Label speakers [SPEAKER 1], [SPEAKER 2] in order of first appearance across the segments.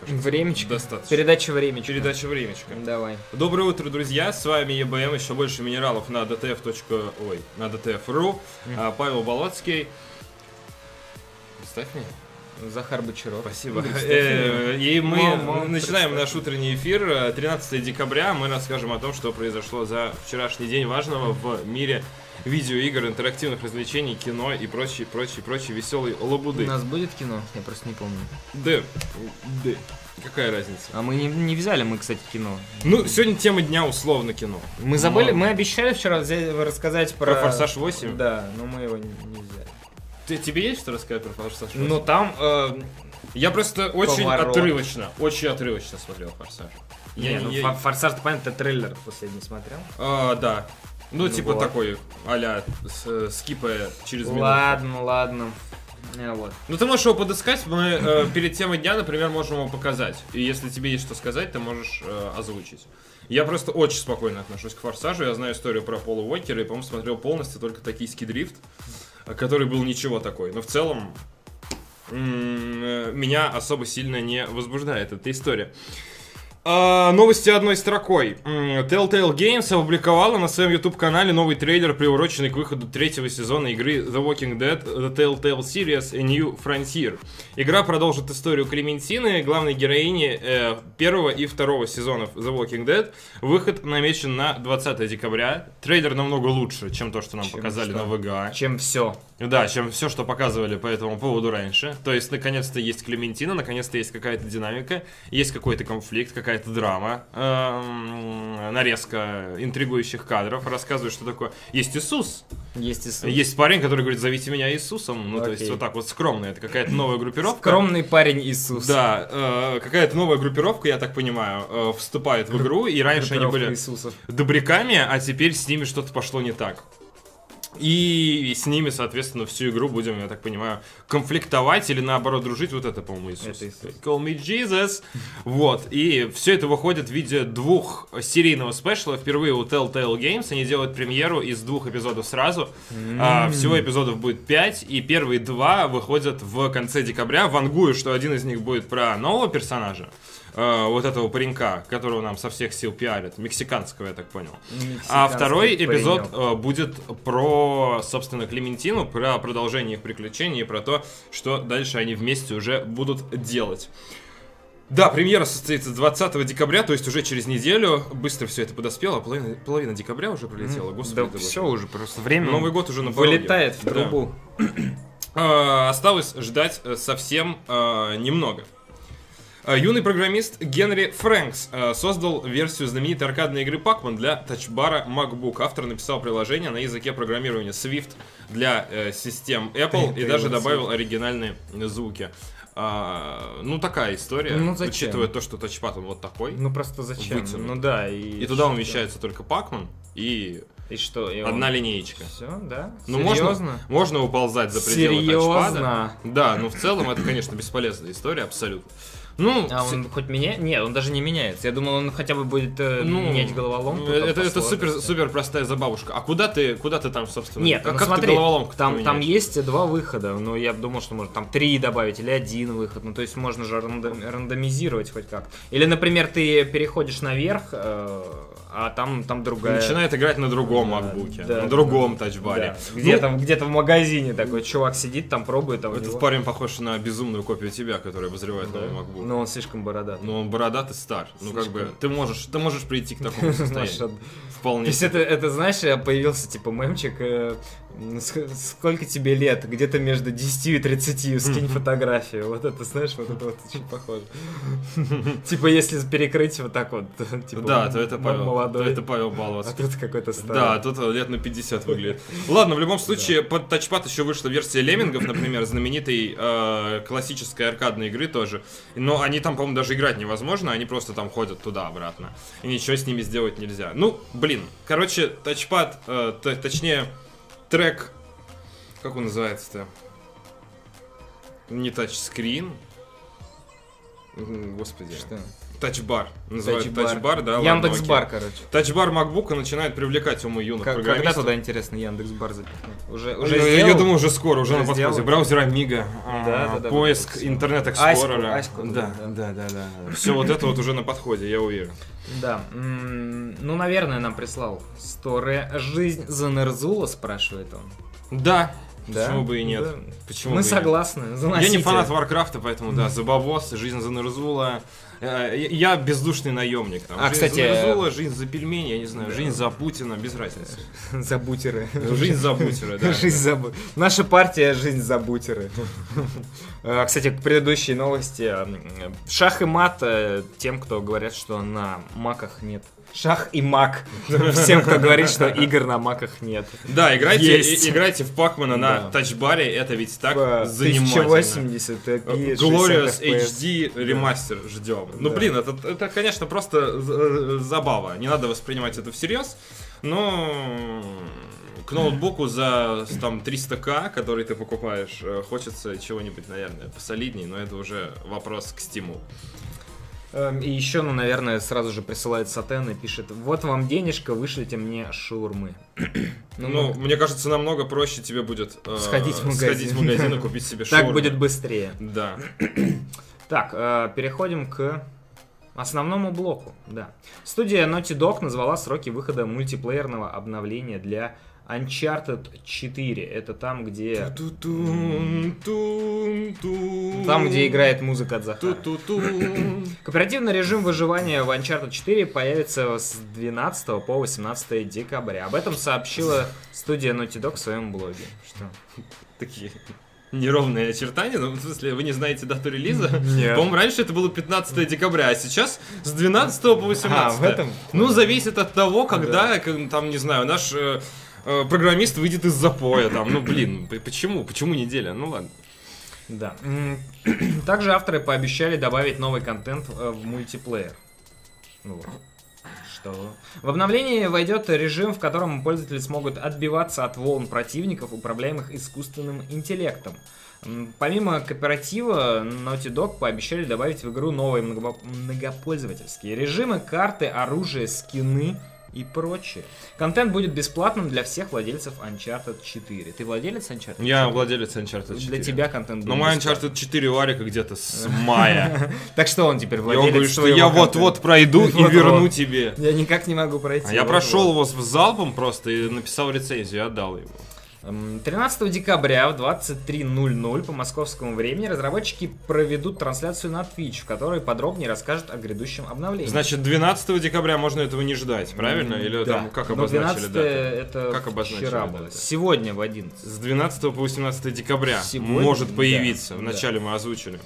[SPEAKER 1] кажется.
[SPEAKER 2] Времечко.
[SPEAKER 1] Достаточно.
[SPEAKER 2] Передача времечко.
[SPEAKER 1] Передача времечко.
[SPEAKER 2] Давай.
[SPEAKER 1] Доброе утро, друзья. С вами ЕБМ. Еще больше минералов на dtf. Ой, на dtf.ru. А, Павел Болоцкий. Представь меня.
[SPEAKER 2] Захар Бочаров.
[SPEAKER 1] Спасибо.
[SPEAKER 2] Представь
[SPEAKER 1] Э, И мы
[SPEAKER 2] Мама,
[SPEAKER 1] начинаем
[SPEAKER 2] представь.
[SPEAKER 1] наш утренний эфир. Э, 13 декабря мы расскажем о том, что произошло за вчерашний день важного в мире видеоигр, интерактивных развлечений, кино и прочей, прочей, прочей веселой лабуды.
[SPEAKER 2] У нас будет кино? Я просто не помню.
[SPEAKER 1] Д. Д. Какая разница?
[SPEAKER 2] А мы не, не вязали мы, кстати, кино.
[SPEAKER 1] Ну, сегодня тема дня условно кино.
[SPEAKER 2] Мы забыли,
[SPEAKER 1] Но
[SPEAKER 2] мы обещали вчера взять- рассказать про...
[SPEAKER 1] Ну Про «Форсаж 8»?
[SPEAKER 2] Да, но мы его не, не взяли.
[SPEAKER 1] Ты, тебе есть что рассказать про «Форсаж 8»?
[SPEAKER 2] Но там... э,
[SPEAKER 1] Ну, Я просто очень
[SPEAKER 2] Поворот.
[SPEAKER 1] отрывочно, очень отрывочно смотрел «Форсаж».
[SPEAKER 2] не,
[SPEAKER 1] Я,
[SPEAKER 2] ну,
[SPEAKER 1] не-
[SPEAKER 2] «Фо- Форсаж, ты понятно, ты трейлер последний смотрел?
[SPEAKER 1] А, да. Ну,
[SPEAKER 2] Ну
[SPEAKER 1] типа
[SPEAKER 2] вот.
[SPEAKER 1] такой, а-ля с- э, скипая через минуту.
[SPEAKER 2] Ладно, ладно. Э, вот.
[SPEAKER 1] Ну ты можешь его подыскать, мы э, перед темой дня, например, можем его показать. И если тебе есть что сказать, ты можешь э, озвучить. Я просто очень спокойно отношусь к форсажу. Я знаю историю про Пола Уокера и, по-моему, смотрел полностью только токийский дрифт, э, который был ничего такой. Но в целом м, э, меня особо сильно не возбуждает эта история. А, новости одной строкой. М, Telltale Games опубликовала на своем YouTube-канале новый трейлер, приуроченный к выходу третьего сезона игры The Walking Dead The Telltale Series A New Frontier. Игра продолжит историю Клементины, главной героини э, первого и второго сезонов The Walking Dead. Выход намечен на 20 декабря. Трейлер намного лучше, чем то, что нам
[SPEAKER 2] Чем
[SPEAKER 1] показали
[SPEAKER 2] что?
[SPEAKER 1] на ВГА.
[SPEAKER 2] Чем все.
[SPEAKER 1] Да, чем все, что показывали по этому поводу раньше. То есть, наконец-то есть Клементина, наконец-то есть какая-то динамика, есть какой-то конфликт, какая-то драма, эм, нарезка интригующих кадров, рассказывает, что такое. Есть Иисус,
[SPEAKER 2] Есть и с-
[SPEAKER 1] есть парень, который говорит, зовите меня Иисусом. Ну, то есть,
[SPEAKER 2] Окей.
[SPEAKER 1] вот так вот скромно, это какая-то новая группировка.
[SPEAKER 2] Скромный парень Иисус.
[SPEAKER 1] Да, э, какая-то новая группировка, я так понимаю, э, вступает в игру, и раньше они
[SPEAKER 2] Группировка
[SPEAKER 1] были
[SPEAKER 2] Иисусов.
[SPEAKER 1] добряками, а теперь с ними что-то пошло не так. И с ними, соответственно, всю игру будем, я так понимаю, конфликтовать или наоборот дружить. Вот это, по-моему, Иисус.
[SPEAKER 2] Это Иисус.
[SPEAKER 1] Call me Jesus. Вот. И все это выходит в виде двух серийного спешла. Впервые у Telltale Games они делают премьеру из двух эпизодов сразу. А, всего эпизодов будет 5, и первые два выходят в конце декабря. Вангую, что один из них будет про нового персонажа, э, вот этого паренька, которого нам со всех сил пиарят, мексиканского, я так понял. А
[SPEAKER 2] Мексиканский
[SPEAKER 1] второй
[SPEAKER 2] паренек.
[SPEAKER 1] эпизод э, будет про, собственно, Клементину, про продолжение их приключений и про то, что дальше они вместе уже будут делать. Да, премьера состоится 20 декабря, то есть уже через неделю. Быстро все это подоспело, половина, половина декабря уже пролетела. Господи,
[SPEAKER 2] Да
[SPEAKER 1] ты боже.
[SPEAKER 2] все уже, просто время
[SPEAKER 1] Новый год уже на пороге.
[SPEAKER 2] вылетает в
[SPEAKER 1] Да.
[SPEAKER 2] трубу.
[SPEAKER 1] Э, Осталось ждать э, совсем э, немного. Э, Юный программист Генри Фрэнкс э, создал версию знаменитой аркадной игры Pac-Man для тачбара MacBook. Автор написал приложение на языке программирования Swift для э, систем Apple и
[SPEAKER 2] Тейлор
[SPEAKER 1] даже
[SPEAKER 2] Свифт.
[SPEAKER 1] добавил оригинальные звуки. А, ну, такая история,
[SPEAKER 2] Ну, зачем?
[SPEAKER 1] учитывая то, что тачпад он вот такой.
[SPEAKER 2] Ну просто зачем?
[SPEAKER 1] Вытянут.
[SPEAKER 2] Ну да, и...
[SPEAKER 1] и туда умещается только Pac-Man и
[SPEAKER 2] И что? И
[SPEAKER 1] одна линеечка.
[SPEAKER 2] Все, да?
[SPEAKER 1] Ну, можно,
[SPEAKER 2] Серьезно?
[SPEAKER 1] можно уползать за пределы тачпада.
[SPEAKER 2] Серьезно?
[SPEAKER 1] Да, но в целом это, конечно, бесполезная история, абсолютно. Ну,
[SPEAKER 2] А
[SPEAKER 1] с-
[SPEAKER 2] он хоть меняет? Нет, он даже не меняется. Я думал, он хотя бы будет э,
[SPEAKER 1] ну,
[SPEAKER 2] менять головоломку. там
[SPEAKER 1] Это,
[SPEAKER 2] по
[SPEAKER 1] это супер,
[SPEAKER 2] сложности.
[SPEAKER 1] супер простая забавушка. А куда ты, куда ты там, собственно?
[SPEAKER 2] Нет,
[SPEAKER 1] как,
[SPEAKER 2] ну
[SPEAKER 1] как ты
[SPEAKER 2] смотри,
[SPEAKER 1] головоломку
[SPEAKER 2] там, там есть два выхода, но я думал, что можно там три добавить или один выход, ну то есть можно же рандом- рандомизировать хоть как. Или, например, ты переходишь наверх, э, а там, там другая...
[SPEAKER 1] Начинает играть на другом
[SPEAKER 2] Да,
[SPEAKER 1] макбуке,
[SPEAKER 2] да,
[SPEAKER 1] на
[SPEAKER 2] да,
[SPEAKER 1] другом
[SPEAKER 2] Да.
[SPEAKER 1] тачбаре.
[SPEAKER 2] Где,
[SPEAKER 1] Ну,
[SPEAKER 2] там, где-то в магазине такой чувак сидит, там пробует, а у
[SPEAKER 1] Этот
[SPEAKER 2] него-
[SPEAKER 1] парень похож на безумную копию тебя, которая обозревает
[SPEAKER 2] Да.
[SPEAKER 1] новый макбук.
[SPEAKER 2] Но он слишком бородатый.
[SPEAKER 1] Но он бородатый стар. Ну, как бы,
[SPEAKER 2] Слишком.
[SPEAKER 1] ты можешь, ты можешь прийти к такому состоянию.
[SPEAKER 2] То
[SPEAKER 1] Вполне.
[SPEAKER 2] есть это, это знаешь, появился типа мемчик, э, ск- сколько тебе лет, где-то между 10 и 30, скинь фотографию. Вот это, знаешь, вот это вот очень похоже. Типа если перекрыть вот так вот, типа
[SPEAKER 1] Да, то это
[SPEAKER 2] м-
[SPEAKER 1] Павел. То
[SPEAKER 2] молодой,
[SPEAKER 1] это Павел Баловский.
[SPEAKER 2] а тут какой-то
[SPEAKER 1] Да,
[SPEAKER 2] старый.
[SPEAKER 1] тут э, лет на 50 выглядит. Ладно, в любом случае, под тачпад еще вышла версия Леммингов, например, знаменитой э, классической аркадной игры тоже. Но они там, по-моему, даже играть невозможно, они просто там ходят туда-обратно. И ничего с ними сделать нельзя. Ну, блин, короче, тачпад, э, т- точнее, трек, как он называется-то? Не тачскрин?
[SPEAKER 2] М,
[SPEAKER 1] Господи.
[SPEAKER 2] Что?
[SPEAKER 1] Тачбар. Называют
[SPEAKER 2] Тачбар.
[SPEAKER 1] тачбар, да? ладно,
[SPEAKER 2] Яндекс.Бар,
[SPEAKER 1] окей.
[SPEAKER 2] короче.
[SPEAKER 1] Тачбар макбука начинает привлекать умы юных
[SPEAKER 2] Как- когда
[SPEAKER 1] программистов.
[SPEAKER 2] туда, интересно, Яндекс.Бар запихнуть? Уже, уже
[SPEAKER 1] я, я
[SPEAKER 2] сделал?
[SPEAKER 1] думаю, уже скоро, уже,
[SPEAKER 2] Уже
[SPEAKER 1] на подходе.
[SPEAKER 2] сделал?
[SPEAKER 1] Браузер Amiga, а,
[SPEAKER 2] Да, да, да,
[SPEAKER 1] поиск
[SPEAKER 2] вот это всё.
[SPEAKER 1] интернет-эксплорера.
[SPEAKER 2] Аську, Аську,
[SPEAKER 1] да,
[SPEAKER 2] да,
[SPEAKER 1] да, да, да. Все вот это вот уже на подходе, я уверен.
[SPEAKER 2] Да. М, Ну, наверное, нам прислал Сторе жизнь за Нерзула, спрашивает он.
[SPEAKER 1] Да.
[SPEAKER 2] Да?
[SPEAKER 1] Почему бы и нет?
[SPEAKER 2] Да.
[SPEAKER 1] Почему бы
[SPEAKER 2] Мы
[SPEAKER 1] и нет?
[SPEAKER 2] согласны.
[SPEAKER 1] Я
[SPEAKER 2] заносите.
[SPEAKER 1] не фанат Варкрафта, поэтому да, за бабос, жизнь за Нарзула. Э, Я бездушный наемник. Там.
[SPEAKER 2] А,
[SPEAKER 1] жизнь
[SPEAKER 2] кстати,
[SPEAKER 1] за
[SPEAKER 2] э,
[SPEAKER 1] Нарзула, жизнь за пельмени, я не знаю, жизнь за Путина, без разницы.
[SPEAKER 2] За бутеры.
[SPEAKER 1] Жизнь за бутера, да.
[SPEAKER 2] Жизнь за бу- Наша партия «Жизнь за бутеры». Э, Кстати, к предыдущей новости. а, М, Шах и мат э, тем, кто говорят, что на маках нет. Шах и мак. Всем, кто говорит, что игр на маках нет.
[SPEAKER 1] Да, играйте,
[SPEAKER 2] Есть.
[SPEAKER 1] и- играйте в Пакмана на
[SPEAKER 2] Да.
[SPEAKER 1] тачбаре, это ведь
[SPEAKER 2] Типа
[SPEAKER 1] так занимательно.
[SPEAKER 2] 1080
[SPEAKER 1] Э,
[SPEAKER 2] p
[SPEAKER 1] Glorious HD ремастер ждем. Ну
[SPEAKER 2] Да.
[SPEAKER 1] блин, это, это, конечно, просто з- э, забава. Не надо воспринимать это всерьез. Но к ноутбуку за с, там 300к, который ты покупаешь, э, хочется чего-нибудь, наверное, посолидней, но это уже вопрос к стиму.
[SPEAKER 2] Эм, И еще, ну, наверное, сразу же присылает Сатен и пишет, вот вам денежка, вышлите мне шаурмы.
[SPEAKER 1] Ну,
[SPEAKER 2] ну,
[SPEAKER 1] мне кажется, намного проще тебе будет э,
[SPEAKER 2] Сходить в магазин.
[SPEAKER 1] сходить в магазин и купить себе
[SPEAKER 2] так
[SPEAKER 1] шаурму.
[SPEAKER 2] будет быстрее.
[SPEAKER 1] Да.
[SPEAKER 2] Так, э, переходим к основному блоку, да. Студия Naughty Dog назвала сроки выхода мультиплеерного обновления для Uncharted 4. Это там, где... Там,
[SPEAKER 1] Там,
[SPEAKER 2] где играет музыка от Захара.
[SPEAKER 1] Ту-ту-ту.
[SPEAKER 2] Кооперативный режим выживания в Uncharted 4 появится с 12 по 18 декабря. Об этом сообщила студия Naughty Dog в своем блоге. Что?
[SPEAKER 1] Такие неровные очертания, ну, в смысле, вы не знаете дату релиза?
[SPEAKER 2] Нет.
[SPEAKER 1] По-моему, раньше это было 15 декабря, а сейчас с 12 по 18.
[SPEAKER 2] А, в этом?
[SPEAKER 1] Ну, зависит от того, когда,
[SPEAKER 2] Да.
[SPEAKER 1] как, там, не знаю, наш э, э, программист выйдет из запоя, там, ну, блин, п- почему, почему неделя? Ну, ладно.
[SPEAKER 2] Да. М, Также авторы пообещали добавить новый контент э, в мультиплеер. Ну вот. Что? В обновлении войдет режим, в котором пользователи смогут отбиваться от волн противников, управляемых искусственным интеллектом. М, Помимо кооператива, Naughty Dog пообещали добавить в игру новые многопо- многопользовательские режимы, карты, оружие, скины и прочее. Контент будет бесплатным для всех владельцев Uncharted 4. Ты владелец Uncharted?
[SPEAKER 1] Я владелец Uncharted 4.
[SPEAKER 2] Для тебя контент
[SPEAKER 1] Ну,
[SPEAKER 2] будет
[SPEAKER 1] мой
[SPEAKER 2] бесплатным.
[SPEAKER 1] Uncharted 4 у Арика где-то с мая.
[SPEAKER 2] Так что он теперь
[SPEAKER 1] И он говорит,
[SPEAKER 2] владелец
[SPEAKER 1] что я вот-вот пройду и
[SPEAKER 2] Вот-вот.
[SPEAKER 1] верну тебе.
[SPEAKER 2] Я никак не могу пройти.
[SPEAKER 1] А я прошел его с- залпом просто и написал рецензию, отдал его.
[SPEAKER 2] М, 13 Эм, декабря в 23.00 по московскому времени разработчики проведут трансляцию на Twitch, в которой подробнее расскажут о грядущем обновлении.
[SPEAKER 1] Значит, 12 декабря можно этого не ждать, правильно?
[SPEAKER 2] М,
[SPEAKER 1] Или
[SPEAKER 2] да.
[SPEAKER 1] там как
[SPEAKER 2] Но
[SPEAKER 1] обозначили
[SPEAKER 2] 12
[SPEAKER 1] дату?
[SPEAKER 2] это
[SPEAKER 1] Как обозначили
[SPEAKER 2] вчера
[SPEAKER 1] дату?
[SPEAKER 2] было. Сегодня в 11.
[SPEAKER 1] С 12 по 18 декабря
[SPEAKER 2] Сегодня?
[SPEAKER 1] может
[SPEAKER 2] Да,
[SPEAKER 1] появиться.
[SPEAKER 2] да.
[SPEAKER 1] Вначале мы озвучили.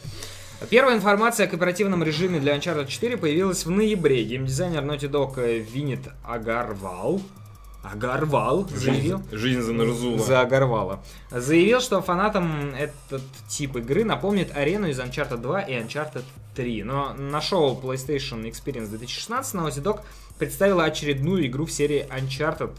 [SPEAKER 2] Первая информация о кооперативном режиме для Uncharted 4 появилась в ноябре. Геймдизайнер Naughty Dog э, Винит Агарвал Агарвал заявил,
[SPEAKER 1] Жизнь, жизнь за Нарзула.
[SPEAKER 2] За Горвала. Заявил, что фанатам этот тип игры напомнит арену из Uncharted 2 и Uncharted 3. Но на шоу PlayStation Experience 2016 Naughty Dog представила очередную игру в серии Uncharted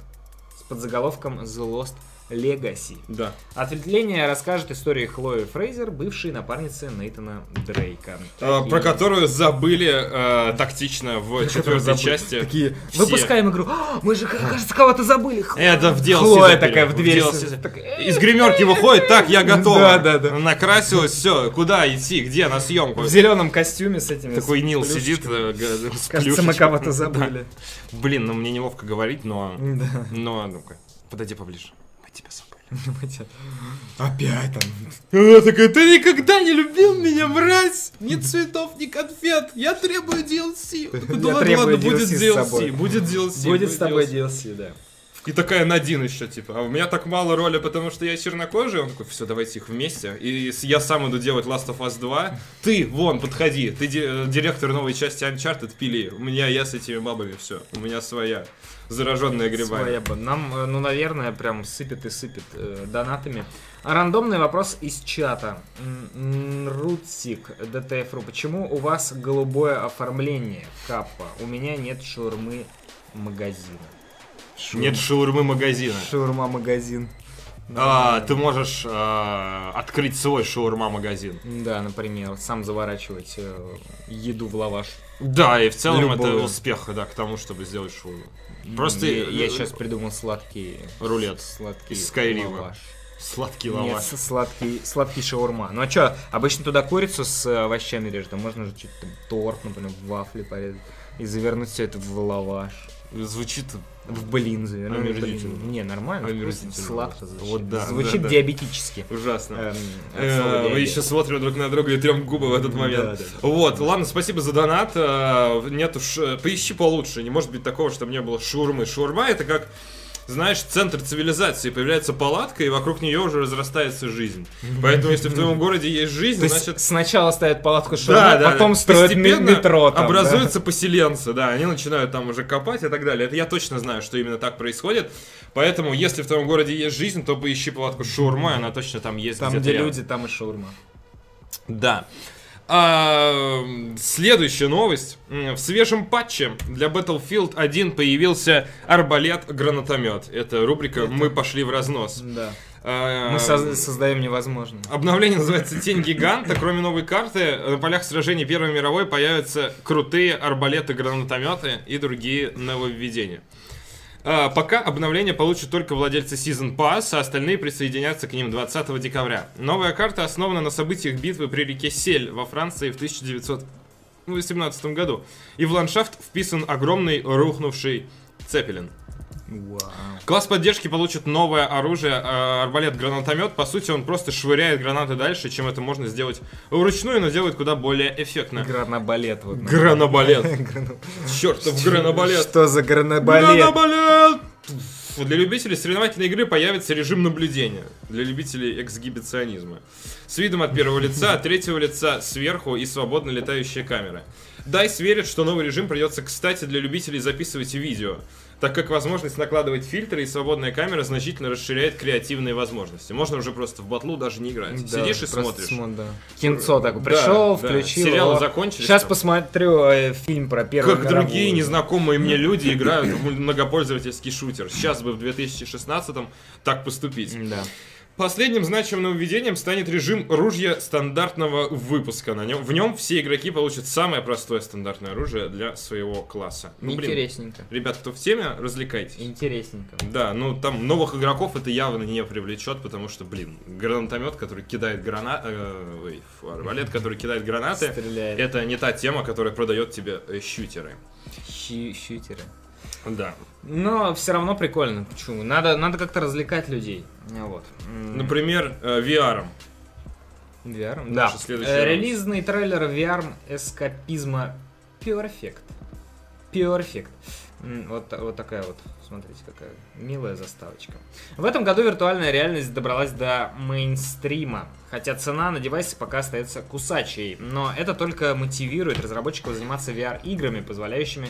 [SPEAKER 2] с подзаголовком The Lost Legacy.
[SPEAKER 1] Да.
[SPEAKER 2] Ответвление расскажет историю Хлои Фрейзер, бывшей напарницы Нейтана Дрейка.
[SPEAKER 1] Э,
[SPEAKER 2] Такие-
[SPEAKER 1] Про которую забыли э, тактично в четвертой
[SPEAKER 2] забыли.
[SPEAKER 1] части.
[SPEAKER 2] Такие,
[SPEAKER 1] все.
[SPEAKER 2] выпускаем игру. «А, мы же, кажется, кого-то забыли. Хлоя».
[SPEAKER 1] Это в DLC
[SPEAKER 2] Хлоя
[SPEAKER 1] забыли,
[SPEAKER 2] такая в дверь.
[SPEAKER 1] DLC.
[SPEAKER 2] Так, э,
[SPEAKER 1] Из гримерки выходит, так, я готова.
[SPEAKER 2] Да, да, да.
[SPEAKER 1] Накрасилась, все, куда идти, где, на съемку.
[SPEAKER 2] В зеленом костюме с этими.
[SPEAKER 1] Такой
[SPEAKER 2] с
[SPEAKER 1] Нил
[SPEAKER 2] плюшечками.
[SPEAKER 1] сидит э, г- с
[SPEAKER 2] Кажется, мы
[SPEAKER 1] плюшечкой.
[SPEAKER 2] кого-то забыли.
[SPEAKER 1] Блин, ну мне неловко говорить, но...
[SPEAKER 2] Да. ну
[SPEAKER 1] Но, ну-ка, подойди поближе. Мы тебя забыли.
[SPEAKER 2] Опять там.
[SPEAKER 1] Она такая, ты никогда не любил меня, мразь! Ни цветов, ни конфет! Я требую DLC!
[SPEAKER 2] Я
[SPEAKER 1] Ну ладно,
[SPEAKER 2] требую
[SPEAKER 1] ладно, будет
[SPEAKER 2] DLC с
[SPEAKER 1] DLC,
[SPEAKER 2] собой.
[SPEAKER 1] будет DLC.
[SPEAKER 2] Будет с тобой
[SPEAKER 1] DLC.
[SPEAKER 2] DLC, да.
[SPEAKER 1] И такая Надин еще, типа, а у меня так мало роли, потому что я чернокожий. Он такой, все, давайте их вместе. И с- я сам иду делать Last of Us 2. Ты, вон, подходи. Ты ди- э, директор новой части Uncharted, пили. У меня я с этими бабами, все. У меня своя. Зараженная грибами.
[SPEAKER 2] Своя бы. Нам, э, ну, наверное, прям сыпет и сыпет э, донатами. А рандомный вопрос из чата. М, м, Рутсик, ДТФ.ру. Почему у вас голубое оформление, капа? У меня нет шаурмы магазина.
[SPEAKER 1] Нет шаурмы магазина.
[SPEAKER 2] Шаурма магазин.
[SPEAKER 1] А, ты можешь а, открыть свой шаурма-магазин.
[SPEAKER 2] Да, например, сам заворачивать э, еду в лаваш.
[SPEAKER 1] Да, и в целом это
[SPEAKER 2] Любого.
[SPEAKER 1] успех, да, к тому, чтобы сделать шаурму. Просто
[SPEAKER 2] я,
[SPEAKER 1] э,
[SPEAKER 2] сейчас придумал сладкий
[SPEAKER 1] Рулет.
[SPEAKER 2] Сладкий
[SPEAKER 1] Из Скайрима.
[SPEAKER 2] лаваш.
[SPEAKER 1] Сладкий
[SPEAKER 2] Нет,
[SPEAKER 1] лаваш.
[SPEAKER 2] с- сладкий, сладкий шаурма. Ну а что, обычно туда курицу с э, овощами режут, а можно же чуть там торт, например, в вафли порезать. И завернуть все это в лаваш.
[SPEAKER 1] Звучит
[SPEAKER 2] В блин завернуть. Ну,
[SPEAKER 1] Омерзительно.
[SPEAKER 2] блин. Не, нормально.
[SPEAKER 1] Омерзительно.
[SPEAKER 2] вкусно, Сладко звучит.
[SPEAKER 1] Вот да,
[SPEAKER 2] Звучит
[SPEAKER 1] да, да.
[SPEAKER 2] диабетически.
[SPEAKER 1] ужасно.
[SPEAKER 2] Эм, от слова
[SPEAKER 1] Э, Вы
[SPEAKER 2] диабет.
[SPEAKER 1] еще смотрим друг на друга и трем губы в этот момент.
[SPEAKER 2] Да, да.
[SPEAKER 1] Вот, ладно, спасибо за донат. Э, Нет уж, э, поищи получше. Не может быть такого, чтобы не было шурмы. Шурма это как, знаешь, центр цивилизации. Появляется палатка, и вокруг нее уже разрастается жизнь. Поэтому, если в твоем городе есть
[SPEAKER 2] То
[SPEAKER 1] жизнь,
[SPEAKER 2] есть
[SPEAKER 1] значит...
[SPEAKER 2] сначала ставят палатку шаурма,
[SPEAKER 1] Да, да,
[SPEAKER 2] потом
[SPEAKER 1] да.
[SPEAKER 2] строят ми-
[SPEAKER 1] Постепенно
[SPEAKER 2] метро. там, да.
[SPEAKER 1] образуются поселенцы, да, они начинают там уже копать и так далее. Это я точно знаю, что именно так происходит. Поэтому, если в твоем городе есть жизнь, то поищи палатку шаурма, и она точно там есть.
[SPEAKER 2] Там,
[SPEAKER 1] где-то
[SPEAKER 2] где
[SPEAKER 1] рядом.
[SPEAKER 2] люди, там и шаурма.
[SPEAKER 1] Да. А, следующая новость. М, В свежем патче для Battlefield 1 появился арбалет-гранатомет. Это рубрика «Мы пошли в разнос».
[SPEAKER 2] Да.
[SPEAKER 1] А,
[SPEAKER 2] Мы соз- создаем невозможное.
[SPEAKER 1] Обновление называется «Тень гиганта». Кроме новой карты, на полях сражений Первой мировой появятся крутые арбалеты-гранатометы и другие нововведения. А, Пока обновление получат только владельцы Season Pass, а остальные присоединятся к ним 20 декабря. Новая карта основана на событиях битвы при реке Сель во Франции в 1918 году. И в ландшафт вписан огромный рухнувший Цепелин.
[SPEAKER 2] Вау.
[SPEAKER 1] Класс поддержки получит новое оружие, э, арбалет-гранатомет. По сути, он просто швыряет гранаты дальше, чем это можно сделать вручную, но делает куда более эффектно.
[SPEAKER 2] Гранабалет. вот, наверное.
[SPEAKER 1] Гранабалет.
[SPEAKER 2] Грана-
[SPEAKER 1] Чертов гранабалет.
[SPEAKER 2] Что за гранабалет?
[SPEAKER 1] Гранабалет! Для любителей соревновательной игры появится режим наблюдения. Для любителей эксгибиционизма. С видом от первого лица, от третьего лица, сверху и свободно летающие камеры. Дайс верит, что новый режим придется кстати для любителей записывать видео, так как возможность накладывать фильтры и свободная камера значительно расширяет креативные возможности. Можно уже просто в батлу даже не играть.
[SPEAKER 2] Да,
[SPEAKER 1] Сидишь и
[SPEAKER 2] просто
[SPEAKER 1] смотришь.
[SPEAKER 2] смо- да. Кинцо
[SPEAKER 1] Да,
[SPEAKER 2] такое. Пришел,
[SPEAKER 1] да.
[SPEAKER 2] включил.
[SPEAKER 1] Сериалы закончились
[SPEAKER 2] Сейчас
[SPEAKER 1] там?
[SPEAKER 2] посмотрю э, фильм про первую
[SPEAKER 1] Как
[SPEAKER 2] мировую.
[SPEAKER 1] другие незнакомые мне люди играют в многопользовательский шутер. Сейчас бы в 2016-м так поступить.
[SPEAKER 2] Да.
[SPEAKER 1] Последним значимым нововведением станет режим ружья стандартного выпуска. На нем, в нем все игроки получат самое простое стандартное оружие для своего класса. Ну, блин,
[SPEAKER 2] Интересненько.
[SPEAKER 1] ребят, кто в теме, развлекайтесь.
[SPEAKER 2] Интересненько.
[SPEAKER 1] Да, ну там новых игроков это явно не привлечет, потому что, блин, гранатомет, который кидает гранаты, ой, фу, арбалет, который кидает гранаты,
[SPEAKER 2] Стреляет.
[SPEAKER 1] это не та тема, которая продает тебе э, щутеры.
[SPEAKER 2] Щи- щутеры.
[SPEAKER 1] Да.
[SPEAKER 2] Но все равно прикольно. Почему? Надо, надо как-то развлекать людей. А Вот. М,
[SPEAKER 1] Например, э, VR. -ом.
[SPEAKER 2] VR?
[SPEAKER 1] наша
[SPEAKER 2] Да.
[SPEAKER 1] следующая
[SPEAKER 2] Э,
[SPEAKER 1] новость.
[SPEAKER 2] Релизный трейлер VR эскапизма Perfect. Perfect. М, Вот, та- вот такая вот, смотрите, какая милая заставочка. В этом году виртуальная реальность добралась до мейнстрима, хотя цена на девайсы пока остается кусачей, но это только мотивирует разработчиков заниматься VR-играми, позволяющими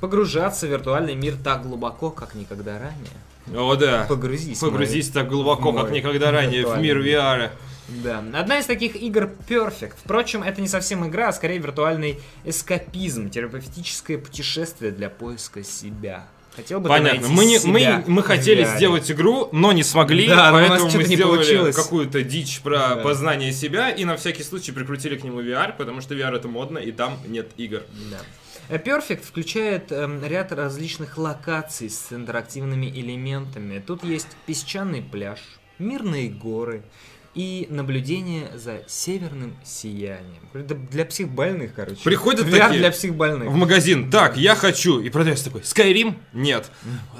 [SPEAKER 2] погружаться в виртуальный мир так глубоко, как никогда ранее.
[SPEAKER 1] О, да.
[SPEAKER 2] Погрузись. мой.
[SPEAKER 1] Погрузись так глубоко, как
[SPEAKER 2] мой
[SPEAKER 1] никогда ранее, в мир VR.
[SPEAKER 2] Да. Одна из таких игр Perfect. Впрочем, это не совсем игра, а скорее виртуальный эскапизм, терапевтическое путешествие для поиска себя. Хотел бы ты
[SPEAKER 1] Понятно.
[SPEAKER 2] найти
[SPEAKER 1] Мы, не-
[SPEAKER 2] себя
[SPEAKER 1] мы, не- мы
[SPEAKER 2] в
[SPEAKER 1] хотели
[SPEAKER 2] VR.
[SPEAKER 1] сделать игру, но не смогли,
[SPEAKER 2] Да, но у нас
[SPEAKER 1] поэтому мы
[SPEAKER 2] что-то не
[SPEAKER 1] сделали
[SPEAKER 2] получилось.
[SPEAKER 1] какую-то дичь про
[SPEAKER 2] Да.
[SPEAKER 1] познание себя и на всякий случай прикрутили к нему VR, потому что VR это модно и там нет игр.
[SPEAKER 2] Да. Э, Perfect включает эм, ряд различных локаций с интерактивными элементами. Тут есть песчаный пляж, мирные горы и наблюдение за северным сиянием. Это для психбольных, короче.
[SPEAKER 1] Приходят
[SPEAKER 2] VR
[SPEAKER 1] такие
[SPEAKER 2] для психбольных.
[SPEAKER 1] В магазин. Так, я хочу. И продавец такой. Skyrim? Нет.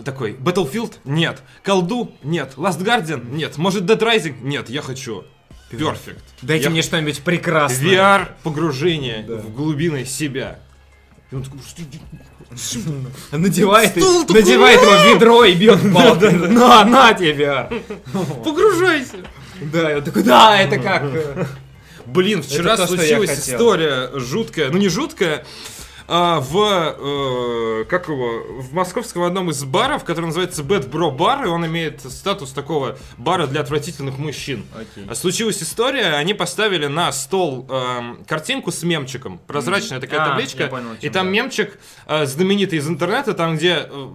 [SPEAKER 1] Такой. Battlefield? Нет. Колду? Нет. Last Guardian? Нет. Может Dead Rising? Нет. Я хочу. Perfect.
[SPEAKER 2] Дайте
[SPEAKER 1] Я
[SPEAKER 2] мне что-нибудь прекрасное.
[SPEAKER 1] VR погружение
[SPEAKER 2] Да.
[SPEAKER 1] в глубины себя. И он такой, «Что-
[SPEAKER 2] Надевает, и-
[SPEAKER 1] Стул такой,
[SPEAKER 2] надевает его ведро и бьет палкой. На, на тебе VR.
[SPEAKER 1] Погружайся!
[SPEAKER 2] Да, я такой, да, это как... э,
[SPEAKER 1] Блин, вчера
[SPEAKER 2] Это то, что я
[SPEAKER 1] случилась
[SPEAKER 2] хотел.
[SPEAKER 1] история жуткая, ну не жуткая, а, в э, как его в московском одном из баров, который называется Bad Bro Bar, и он имеет статус такого бара для отвратительных мужчин. А Случилась история, они поставили на стол эм, картинку с мемчиком, прозрачная такая
[SPEAKER 2] А,
[SPEAKER 1] табличка,
[SPEAKER 2] я понял, о
[SPEAKER 1] и
[SPEAKER 2] чем,
[SPEAKER 1] там
[SPEAKER 2] да.
[SPEAKER 1] мемчик э, знаменитый из интернета, там где э,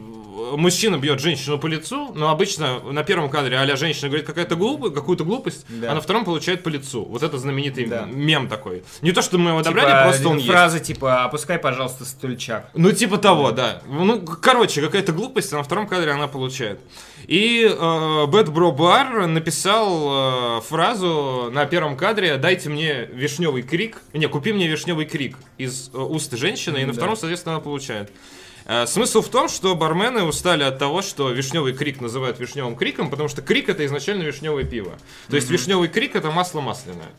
[SPEAKER 1] мужчина бьет женщину по лицу, но обычно на первом кадре а женщина говорит какая-то глупость, какую-то глупость,
[SPEAKER 2] Да.
[SPEAKER 1] а на втором получает по лицу. Вот это знаменитый
[SPEAKER 2] Да.
[SPEAKER 1] мем такой. Не то, что мы его одобряли,
[SPEAKER 2] Типа,
[SPEAKER 1] просто он есть.
[SPEAKER 2] Фраза типа «опускай, пожалуйста, стульчак».
[SPEAKER 1] Ну, типа того, да. Ну, к- короче, какая-то глупость, а на втором кадре она получает. И э, Бэт Бро Бар написал э, фразу на первом кадре «Дайте мне вишневый крик». Не, «Купи мне вишневый крик» из э, уст женщины, и на
[SPEAKER 2] Да.
[SPEAKER 1] втором, соответственно, она получает. Э, Смысл в том, что бармены устали от того, что вишневый крик называют вишневым криком, потому что крик это изначально вишневое пиво. То есть вишневый крик это масло масляное.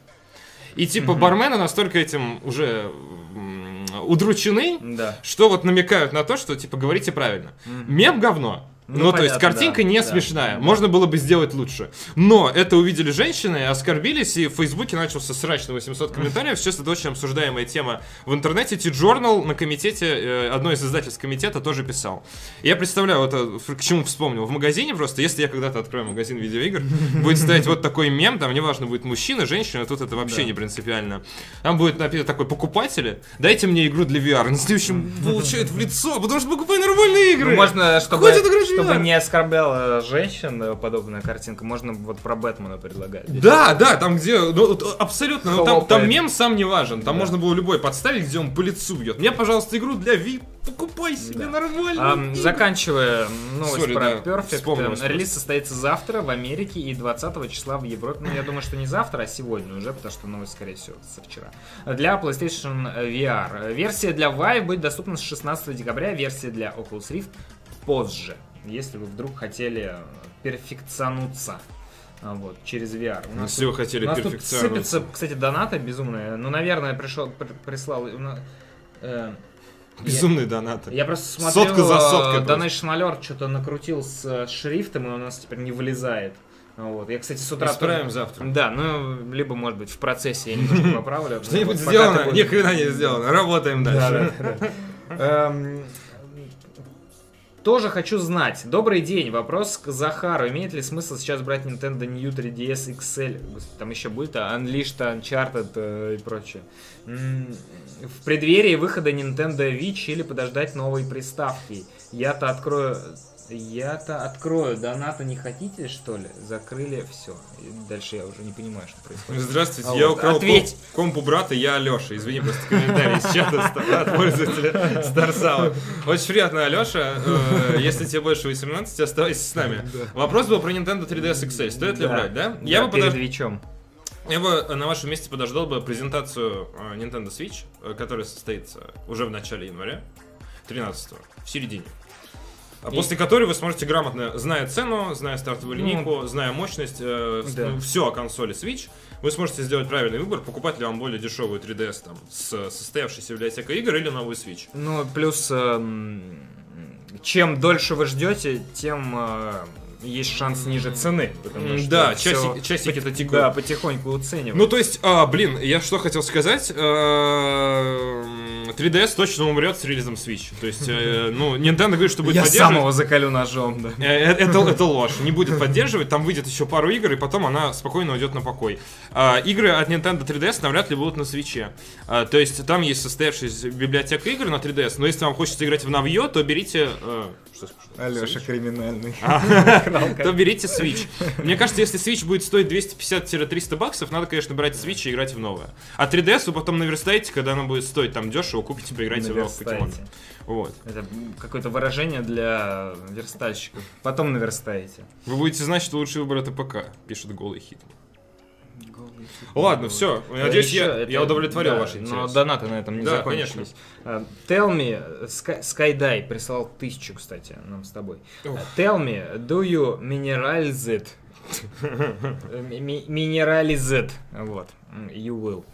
[SPEAKER 1] И типа бармены настолько этим уже м, удручены,
[SPEAKER 2] Да.
[SPEAKER 1] что вот намекают на то, что типа говорите правильно. Мем говно.
[SPEAKER 2] Ну,
[SPEAKER 1] Ну, то есть
[SPEAKER 2] понятно,
[SPEAKER 1] картинка
[SPEAKER 2] да,
[SPEAKER 1] не
[SPEAKER 2] да.
[SPEAKER 1] смешная, можно было бы сделать лучше. Но это увидели женщины, оскорбились, и в Фейсбуке начался срач на 800 комментариев. Сейчас это очень обсуждаемая тема в интернете. T-Journal на комитете, э, одно из издательств комитета тоже писал. Я представляю, вот э, ф- к чему вспомнил. В магазине просто, если я когда-то открою магазин видеоигр, будет стоять вот такой мем, там неважно будет мужчина, женщина, тут это вообще
[SPEAKER 2] Да.
[SPEAKER 1] не принципиально. Там будет написано такой, покупатели, дайте мне игру для VR. На следующем получают в лицо, потому что покупай нормальные игры.
[SPEAKER 2] Ну, можно, чтобы,
[SPEAKER 1] Хватит играть в
[SPEAKER 2] чтобы
[SPEAKER 1] VR.
[SPEAKER 2] не оскорбляла женщин э, подобная картинка, можно вот про Бэтмена предлагать.
[SPEAKER 1] Да, да, там где, ну, вот абсолютно, ну, там, там
[SPEAKER 2] Хлопает.
[SPEAKER 1] мем сам не важен, там
[SPEAKER 2] Да.
[SPEAKER 1] можно было любой подставить, где он по лицу бьет. Мне, пожалуйста, игру для Ви, покупай себе
[SPEAKER 2] Да.
[SPEAKER 1] нормально.
[SPEAKER 2] Ам, заканчивая новость
[SPEAKER 1] Сори,
[SPEAKER 2] про
[SPEAKER 1] да,
[SPEAKER 2] Perfect,
[SPEAKER 1] вспомнилось
[SPEAKER 2] эм, релиз состоится завтра в Америке и 20 числа в Европе. Ну, я думаю, что не завтра, а сегодня уже, потому что новость, скорее всего, со вчера. Для PlayStation VR. Версия для Vive будет доступна с 16 декабря, версия для Oculus Rift позже, если вы вдруг хотели перфекционуться. а, Вот, через VR. У нас
[SPEAKER 1] Если вы хотели
[SPEAKER 2] у нас тут
[SPEAKER 1] перфекционировать.
[SPEAKER 2] сыпется, кстати, доната безумная. Ну, наверное, пришел, пр- прислал... у нас, э,
[SPEAKER 1] Безумные донаты.
[SPEAKER 2] я просто смотрю,
[SPEAKER 1] Сотка за соткой
[SPEAKER 2] э,
[SPEAKER 1] просто.
[SPEAKER 2] Donation Alert что-то накрутил с э, шрифтом, и он у нас теперь не вылезает. Вот. Я, кстати, с утра... тоже-
[SPEAKER 1] Исправим завтра.
[SPEAKER 2] Да, ну, либо, может быть, в процессе я немножко поправлю.
[SPEAKER 1] Что-нибудь
[SPEAKER 2] Вот пока ты
[SPEAKER 1] сделано?
[SPEAKER 2] будешь-
[SPEAKER 1] Ни хрена не сделано. Работаем дальше.
[SPEAKER 2] да, да, да. Эм, Тоже хочу знать. Добрый день. Вопрос к Захару. Имеет ли смысл сейчас брать Nintendo New 3DS XL? Господи, Там еще будет а, Unleashed, Uncharted э, и прочее. М, В преддверии выхода Nintendo Switch или подождать новой приставки? Я-то открою... Я-то открою. Доната не хотите, что ли? Закрыли все. Дальше я уже не понимаю, что происходит. А
[SPEAKER 1] Здравствуйте, я
[SPEAKER 2] вот,
[SPEAKER 1] украл
[SPEAKER 2] ответь.
[SPEAKER 1] комп- комп у брата, я Алеша. Извини, просто комментарий из чата ста- от пользователя Старсала. Очень приятно, Алеша. Э, Если тебе больше 18, оставайся с нами. Вопрос был про Nintendo 3DS XL. Стоит ли
[SPEAKER 2] Да.
[SPEAKER 1] брать, да?
[SPEAKER 2] Я
[SPEAKER 1] Я бы подож-
[SPEAKER 2] перед Вичом.
[SPEAKER 1] Я бы э, на вашем месте подождал бы презентацию э, Nintendo Switch, э, которая состоится уже в начале января, 13 в середине. А
[SPEAKER 2] И-
[SPEAKER 1] После которой вы сможете грамотно, зная цену, зная стартовую
[SPEAKER 2] Ну,
[SPEAKER 1] линейку, зная мощность, э,
[SPEAKER 2] да.
[SPEAKER 1] все о консоли Switch, вы сможете сделать правильный выбор, покупать ли вам более дешевую 3DS там, с э, состоявшейся библиотекой игр или новую Switch.
[SPEAKER 2] Ну, плюс, эм, чем дольше вы ждете, тем э, есть шанс ниже цены. потому
[SPEAKER 1] М,
[SPEAKER 2] что
[SPEAKER 1] да,
[SPEAKER 2] всё
[SPEAKER 1] часики- часики-то
[SPEAKER 2] пот-
[SPEAKER 1] текут.
[SPEAKER 2] Да, потихоньку уценивают.
[SPEAKER 1] Ну, то есть, а, блин, я что хотел сказать? э, Эм, 3DS точно умрет с релизом Switch. То есть, э, ну, Nintendo говорит, что будет
[SPEAKER 2] я
[SPEAKER 1] поддерживать.
[SPEAKER 2] самого закалю ножом, да.
[SPEAKER 1] Э, э, Это, это ложь. Не будет поддерживать. Там выйдет еще пару игр, и потом она спокойно уйдет на покой. А, игры от Nintendo 3DS навряд ли будут на свече. А, то есть там есть состоявшаяся библиотека игр на 3DS, но если вам хочется играть в новье, то берите... э, что скажу?
[SPEAKER 2] Алеша
[SPEAKER 1] Switch?
[SPEAKER 2] криминальный.
[SPEAKER 1] А. То берите Switch. Мне кажется, если Switch будет стоить 250-300 баксов, надо, конечно, брать Switch и играть в новое. А 3DS вы потом наверстаете, когда она будет стоить там дешево, купите, поиграйте в новых покемонов.
[SPEAKER 2] Наверстаете.
[SPEAKER 1] Вот.
[SPEAKER 2] Это м, какое-то выражение для верстальщиков. Потом наверстаете.
[SPEAKER 1] Вы будете знать, что лучший выбор это ПК, пишет голый хит. Ну Ладно, все. Надеюсь,
[SPEAKER 2] Еще
[SPEAKER 1] я,
[SPEAKER 2] Э, это-
[SPEAKER 1] я удовлетворил
[SPEAKER 2] да,
[SPEAKER 1] ваш
[SPEAKER 2] Но
[SPEAKER 1] интерес.
[SPEAKER 2] донаты на этом не
[SPEAKER 1] Да,
[SPEAKER 2] закончились. Э, Tell me, Sky- Skydive прислал тысячу, кстати, нам с тобой. Э,
[SPEAKER 1] Ух.
[SPEAKER 2] Tell me, do you mineralize it? Ми- ми- Mineralize it. Вот. М, You will.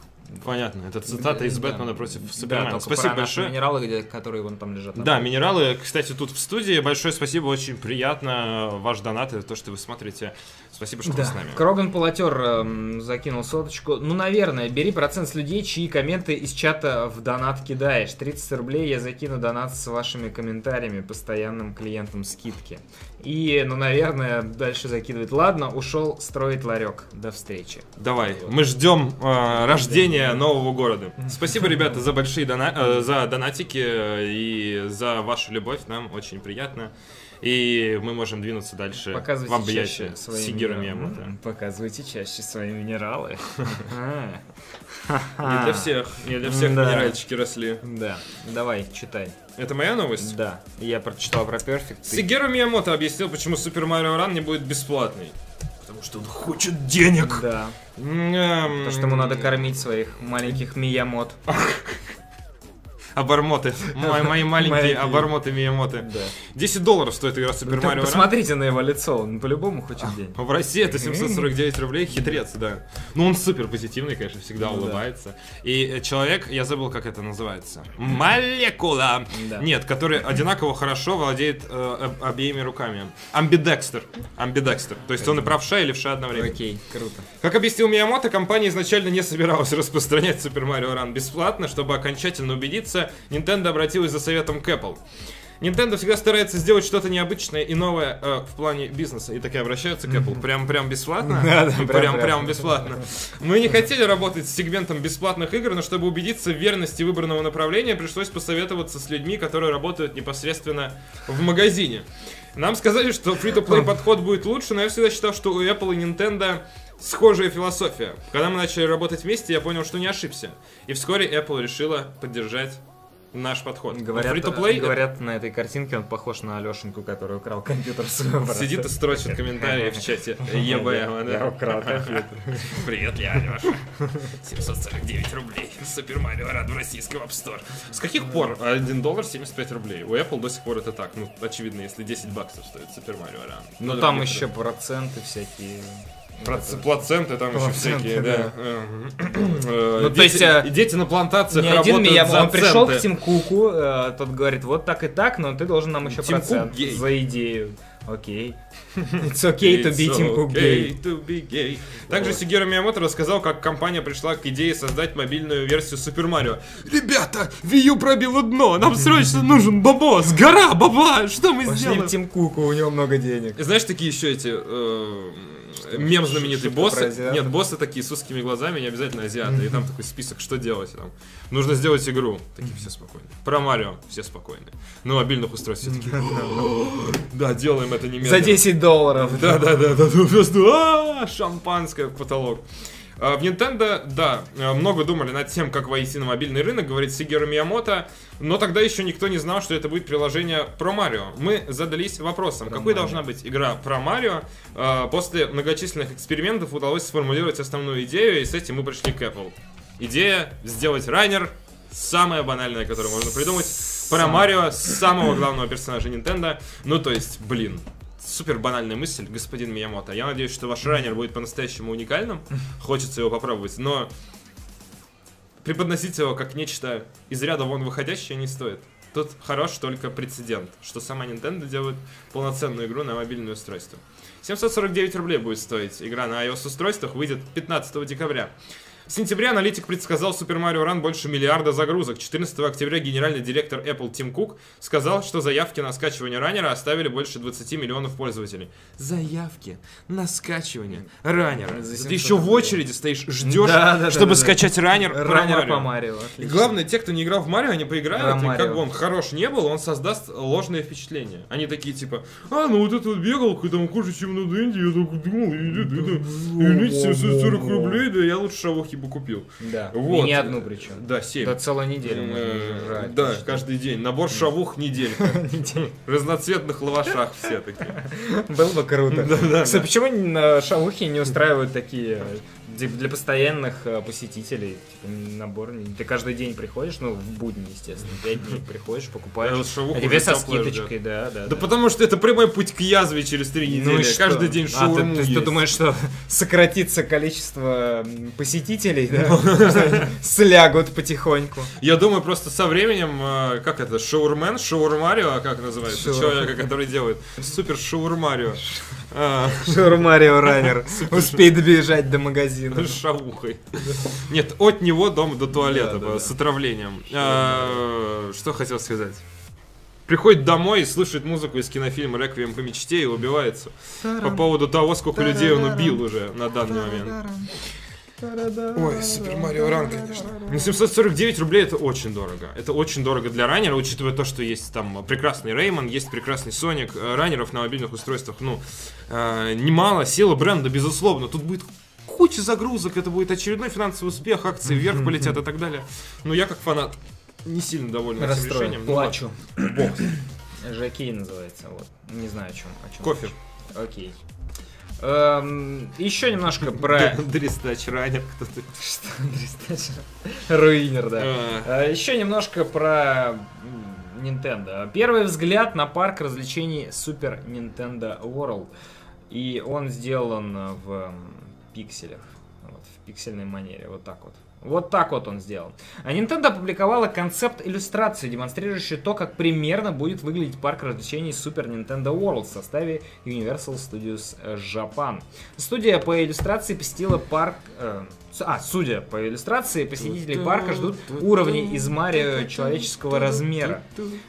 [SPEAKER 1] Понятно, это цитата из
[SPEAKER 2] Да.
[SPEAKER 1] Бэтмена против
[SPEAKER 2] Да,
[SPEAKER 1] Супермена.
[SPEAKER 2] только
[SPEAKER 1] Спасибо
[SPEAKER 2] про наши
[SPEAKER 1] большое.
[SPEAKER 2] Минералы, где- которые вон там лежат.
[SPEAKER 1] Да, минералы, кстати, тут в студии. Большое спасибо, очень приятно. э, Ваш донат и то, что вы смотрите. Спасибо, что вы
[SPEAKER 2] Да.
[SPEAKER 1] с нами.
[SPEAKER 2] Кроган Полотер эм, закинул соточку. Ну, наверное, бери процент с людей, чьи комменты из чата в донат кидаешь. 30 рублей я закину донат с вашими комментариями, постоянным клиентам скидки. И, ну, наверное, дальше закидывать. Ладно, ушел строить ларек. До встречи.
[SPEAKER 1] Давай, мы ждем э, рождения нового города. Спасибо, ребята, за большие дона- э, за донатики э, и за вашу любовь. Нам очень приятно. И мы можем двинуться дальше в
[SPEAKER 2] Показывайте
[SPEAKER 1] объятия
[SPEAKER 2] чаще
[SPEAKER 1] с
[SPEAKER 2] свои
[SPEAKER 1] Сигером
[SPEAKER 2] минералы.
[SPEAKER 1] Ямото.
[SPEAKER 2] М, Показывайте чаще свои минералы.
[SPEAKER 1] Не
[SPEAKER 2] А.
[SPEAKER 1] для всех, не для всех
[SPEAKER 2] М-да.
[SPEAKER 1] минеральчики росли.
[SPEAKER 2] Да, давай, читай.
[SPEAKER 1] Это моя новость?
[SPEAKER 2] Да, я прочитал про Perfect. ты-
[SPEAKER 1] Сигеру Миямото объяснил, почему Супер Марио Ран не будет бесплатный. Потому что он хочет денег. М-м.
[SPEAKER 2] Да,
[SPEAKER 1] То,
[SPEAKER 2] потому что ему надо кормить своих маленьких миямот.
[SPEAKER 1] Обормоты. Мои, мои маленькие
[SPEAKER 2] Маленькие.
[SPEAKER 1] обормоты Миямоты.
[SPEAKER 2] Да.
[SPEAKER 1] 10 долларов стоит игра Супер
[SPEAKER 2] Ну,
[SPEAKER 1] Марио А. Ран.
[SPEAKER 2] Посмотрите на его лицо, он по-любому хочет денег.
[SPEAKER 1] В России это 749 рублей, хитрец, да. Ну, он супер позитивный, конечно, всегда
[SPEAKER 2] Ну да.
[SPEAKER 1] улыбается. И э, человек, я забыл, как это называется. Молекула!
[SPEAKER 2] Да.
[SPEAKER 1] Нет, который одинаково хорошо владеет э, об- обеими руками. Амбидекстер. Амбидекстер. То есть он и правша, и левша одновременно.
[SPEAKER 2] Окей, круто.
[SPEAKER 1] Как объяснил Миямото, компания изначально не собиралась распространять Super Mario Run бесплатно, чтобы окончательно убедиться, Nintendo обратилась за советом к Apple. Nintendo всегда старается сделать что-то необычное и новое э, в плане бизнеса. И такая обращаются к Apple. Прям прям бесплатно.
[SPEAKER 2] Да, да,
[SPEAKER 1] И
[SPEAKER 2] прям,
[SPEAKER 1] прям
[SPEAKER 2] прям.
[SPEAKER 1] прям бесплатно. Мы не хотели работать с сегментом бесплатных игр, но чтобы убедиться в верности выбранного направления, пришлось посоветоваться с людьми, которые работают непосредственно в магазине. Нам сказали, что free-to-play подход будет лучше, но я всегда считал, что у Apple и Nintendo схожая философия. Когда мы начали работать вместе, я понял, что не ошибся. И вскоре Apple решила поддержать наш подход. Но
[SPEAKER 2] Говорят,
[SPEAKER 1] free-to-play
[SPEAKER 2] говорят, на этой картинке он похож на Алешеньку, который украл компьютер своего брата.
[SPEAKER 1] сидит и строчит комментарии в чате ЕБМ. да.
[SPEAKER 2] Я украл компьютер.
[SPEAKER 1] Привет, я Алёша. 749 рублей. Супер Марио Рад в российском App Store. С каких пор 1 доллар 75 рублей? У Apple до сих пор это так. Ну, очевидно, если 10 баксов стоит Супер Марио Рад.
[SPEAKER 2] Ну там еще проценты всякие.
[SPEAKER 1] Плаценты там еще
[SPEAKER 2] Плаценты,
[SPEAKER 1] всякие, да.
[SPEAKER 2] да.
[SPEAKER 1] Э,
[SPEAKER 2] Ну, то
[SPEAKER 1] дети-
[SPEAKER 2] есть, э,
[SPEAKER 1] Дети на плантациях
[SPEAKER 2] Не один
[SPEAKER 1] работают
[SPEAKER 2] меня,
[SPEAKER 1] за
[SPEAKER 2] он пришел к
[SPEAKER 1] центы.
[SPEAKER 2] Тим Куку, э, тот говорит, вот так и так, но ты должен нам еще
[SPEAKER 1] Тим Кук
[SPEAKER 2] процент
[SPEAKER 1] гей.
[SPEAKER 2] за идею. Окей. It's okay to be
[SPEAKER 1] It's
[SPEAKER 2] Тим Кук гей.
[SPEAKER 1] okay to be gay. Также
[SPEAKER 2] Вот.
[SPEAKER 1] Сигеру Миямото рассказал, как компания пришла к идее создать мобильную версию Супер Марио. Ребята, Wii U пробило дно, нам срочно нужен бабос, гора бабла, что мы
[SPEAKER 2] Пошли
[SPEAKER 1] сделаем?
[SPEAKER 2] к Тим Куку, у него много денег.
[SPEAKER 1] И Знаешь, такие еще эти э, мем знаменитые
[SPEAKER 2] шутка
[SPEAKER 1] боссы.
[SPEAKER 2] про азиатов?
[SPEAKER 1] Нет, боссы такие с узкими глазами, не обязательно азиаты. И там такой список, что делать там. Нужно сделать игру. Такие все спокойные. Про Марио все спокойные. На мобильных устройствах все такие. «О, Да, делаем это
[SPEAKER 2] За
[SPEAKER 1] немедленно.
[SPEAKER 2] 10 долларов.
[SPEAKER 1] Да, да, да, да, да, просто а, шампанское в потолок. А, В Nintendo, да, э, много думали над тем, как войти на мобильный рынок, говорит Сигеру Миямото, но тогда еще никто не знал, что это будет приложение про Марио. Мы задались вопросом, какой
[SPEAKER 2] Марио.
[SPEAKER 1] должна быть игра про Марио. А, После многочисленных экспериментов удалось сформулировать основную идею, и с этим мы пришли к Apple. Идея сделать раннер самая банальная, которую можно придумать, про Марио, самого главного персонажа Nintendo. Ну, то есть, блин, супер банальная мысль, господин Миямото. Я надеюсь, что ваш раннер будет по-настоящему уникальным. Хочется его попробовать, но преподносить его как нечто из ряда вон выходящее не стоит. Тут хорош только прецедент, что сама Nintendo делает полноценную игру на мобильное устройство. 749 рублей будет стоить игра на iOS-устройствах, выйдет 15 декабря. В сентябре аналитик предсказал Super Mario Run больше миллиарда загрузок. 14 октября генеральный директор Apple Тим Кук сказал, что заявки на скачивание раннера оставили больше 20 миллионов пользователей. Заявки на скачивание раннера.
[SPEAKER 2] За
[SPEAKER 1] Ты
[SPEAKER 2] 700
[SPEAKER 1] еще в
[SPEAKER 2] рублей.
[SPEAKER 1] очереди стоишь, ждешь,
[SPEAKER 2] Да, да, да,
[SPEAKER 1] чтобы
[SPEAKER 2] да, да.
[SPEAKER 1] скачать раннер, про
[SPEAKER 2] Раннер
[SPEAKER 1] Марио.
[SPEAKER 2] по Марио.
[SPEAKER 1] И
[SPEAKER 2] отлично.
[SPEAKER 1] главное, те, кто не играл в Марио, они поиграют,
[SPEAKER 2] Про
[SPEAKER 1] и как
[SPEAKER 2] Марио.
[SPEAKER 1] бы он хорош не был, он создаст ложные впечатления. Они такие типа, а, ну вот этот вот бегал, когда он хуже, чем на Дэнди, я так думал, и да, 740 рублей, да я лучше шавухи бы купил.
[SPEAKER 2] Да.
[SPEAKER 1] Вот.
[SPEAKER 2] И не одну причем.
[SPEAKER 1] Да, 7.
[SPEAKER 2] Да целую неделю можно жрать.
[SPEAKER 1] Да, каждый день. Набор шавух неделька. В Разноцветных лавашах все такие.
[SPEAKER 2] Было бы круто.
[SPEAKER 1] Да, да,
[SPEAKER 2] Кстати,
[SPEAKER 1] да.
[SPEAKER 2] почему на шавухе не устраивают такие типа, для постоянных э, посетителей типа, набор? Ты каждый день приходишь, ну, в будни, естественно, пять дней приходишь, покупаешь.
[SPEAKER 1] Да, вот шавуху
[SPEAKER 2] А
[SPEAKER 1] Э,
[SPEAKER 2] тебе
[SPEAKER 1] уже
[SPEAKER 2] со
[SPEAKER 1] тёплую
[SPEAKER 2] скидочкой, да, да. Ну
[SPEAKER 1] Да потому что это прямой путь к язве через три недели.
[SPEAKER 2] и что?
[SPEAKER 1] Каждый день
[SPEAKER 2] А, ты,
[SPEAKER 1] шаурму
[SPEAKER 2] то есть ты
[SPEAKER 1] есть.
[SPEAKER 2] думаешь, что сократится количество м, посетителей, да? Что они Слягут потихоньку.
[SPEAKER 1] Я думаю, просто со временем, э, как это, шаурмен, шаурмарио, а как называется,
[SPEAKER 2] Шаур-
[SPEAKER 1] человека, который делает супер шаурмарио А,
[SPEAKER 2] Шаурмарио Раннер. Успей добежать до магазина.
[SPEAKER 1] с шавухой. Нет, от него дома до туалета
[SPEAKER 2] Да, да,
[SPEAKER 1] э,
[SPEAKER 2] да.
[SPEAKER 1] с отравлением. Э, Что хотел сказать? Приходит домой и слушает музыку из кинофильма «Реквием по мечте» и убивается. По поводу того, сколько людей он убил уже на данный момент.
[SPEAKER 3] Ой, Супер Марио Ран, конечно.
[SPEAKER 1] Ну, 749 рублей это очень дорого. Это очень дорого для раннера, учитывая то, что есть там прекрасный Реймон, есть прекрасный Соник. Э, Раннеров на мобильных устройствах, ну, э, немало. Сила бренда, безусловно. Тут будет куча загрузок, это будет очередной финансовый успех, акции вверх полетят и так далее. Но я как фанат не сильно доволен этим решением.
[SPEAKER 2] Расстроен,
[SPEAKER 1] Ну ладно,
[SPEAKER 2] плачу.
[SPEAKER 1] бог с ним.
[SPEAKER 2] Жакей называется, вот. Не знаю, о чем. О чем
[SPEAKER 1] Кофе.
[SPEAKER 2] речь. Окей. еще немножко про...
[SPEAKER 1] Дристач раннер, кто-то.
[SPEAKER 2] Что, Андрей Стачер? Руинер, да.
[SPEAKER 1] Э,
[SPEAKER 2] Еще немножко про м, Nintendo. Первый взгляд на парк развлечений Super Nintendo World. И он сделан э, в м, пикселях. Вот, в пиксельной манере. Вот так вот. Вот так вот он сделан. А Nintendo опубликовала концепт иллюстрации, демонстрирующий то, как примерно будет выглядеть парк развлечений Super Nintendo World в составе Universal Studios э, Japan. Студия по иллюстрации посетила парк... э, с- а, судя по иллюстрации, посетители парка ждут уровни из Марио человеческого размера.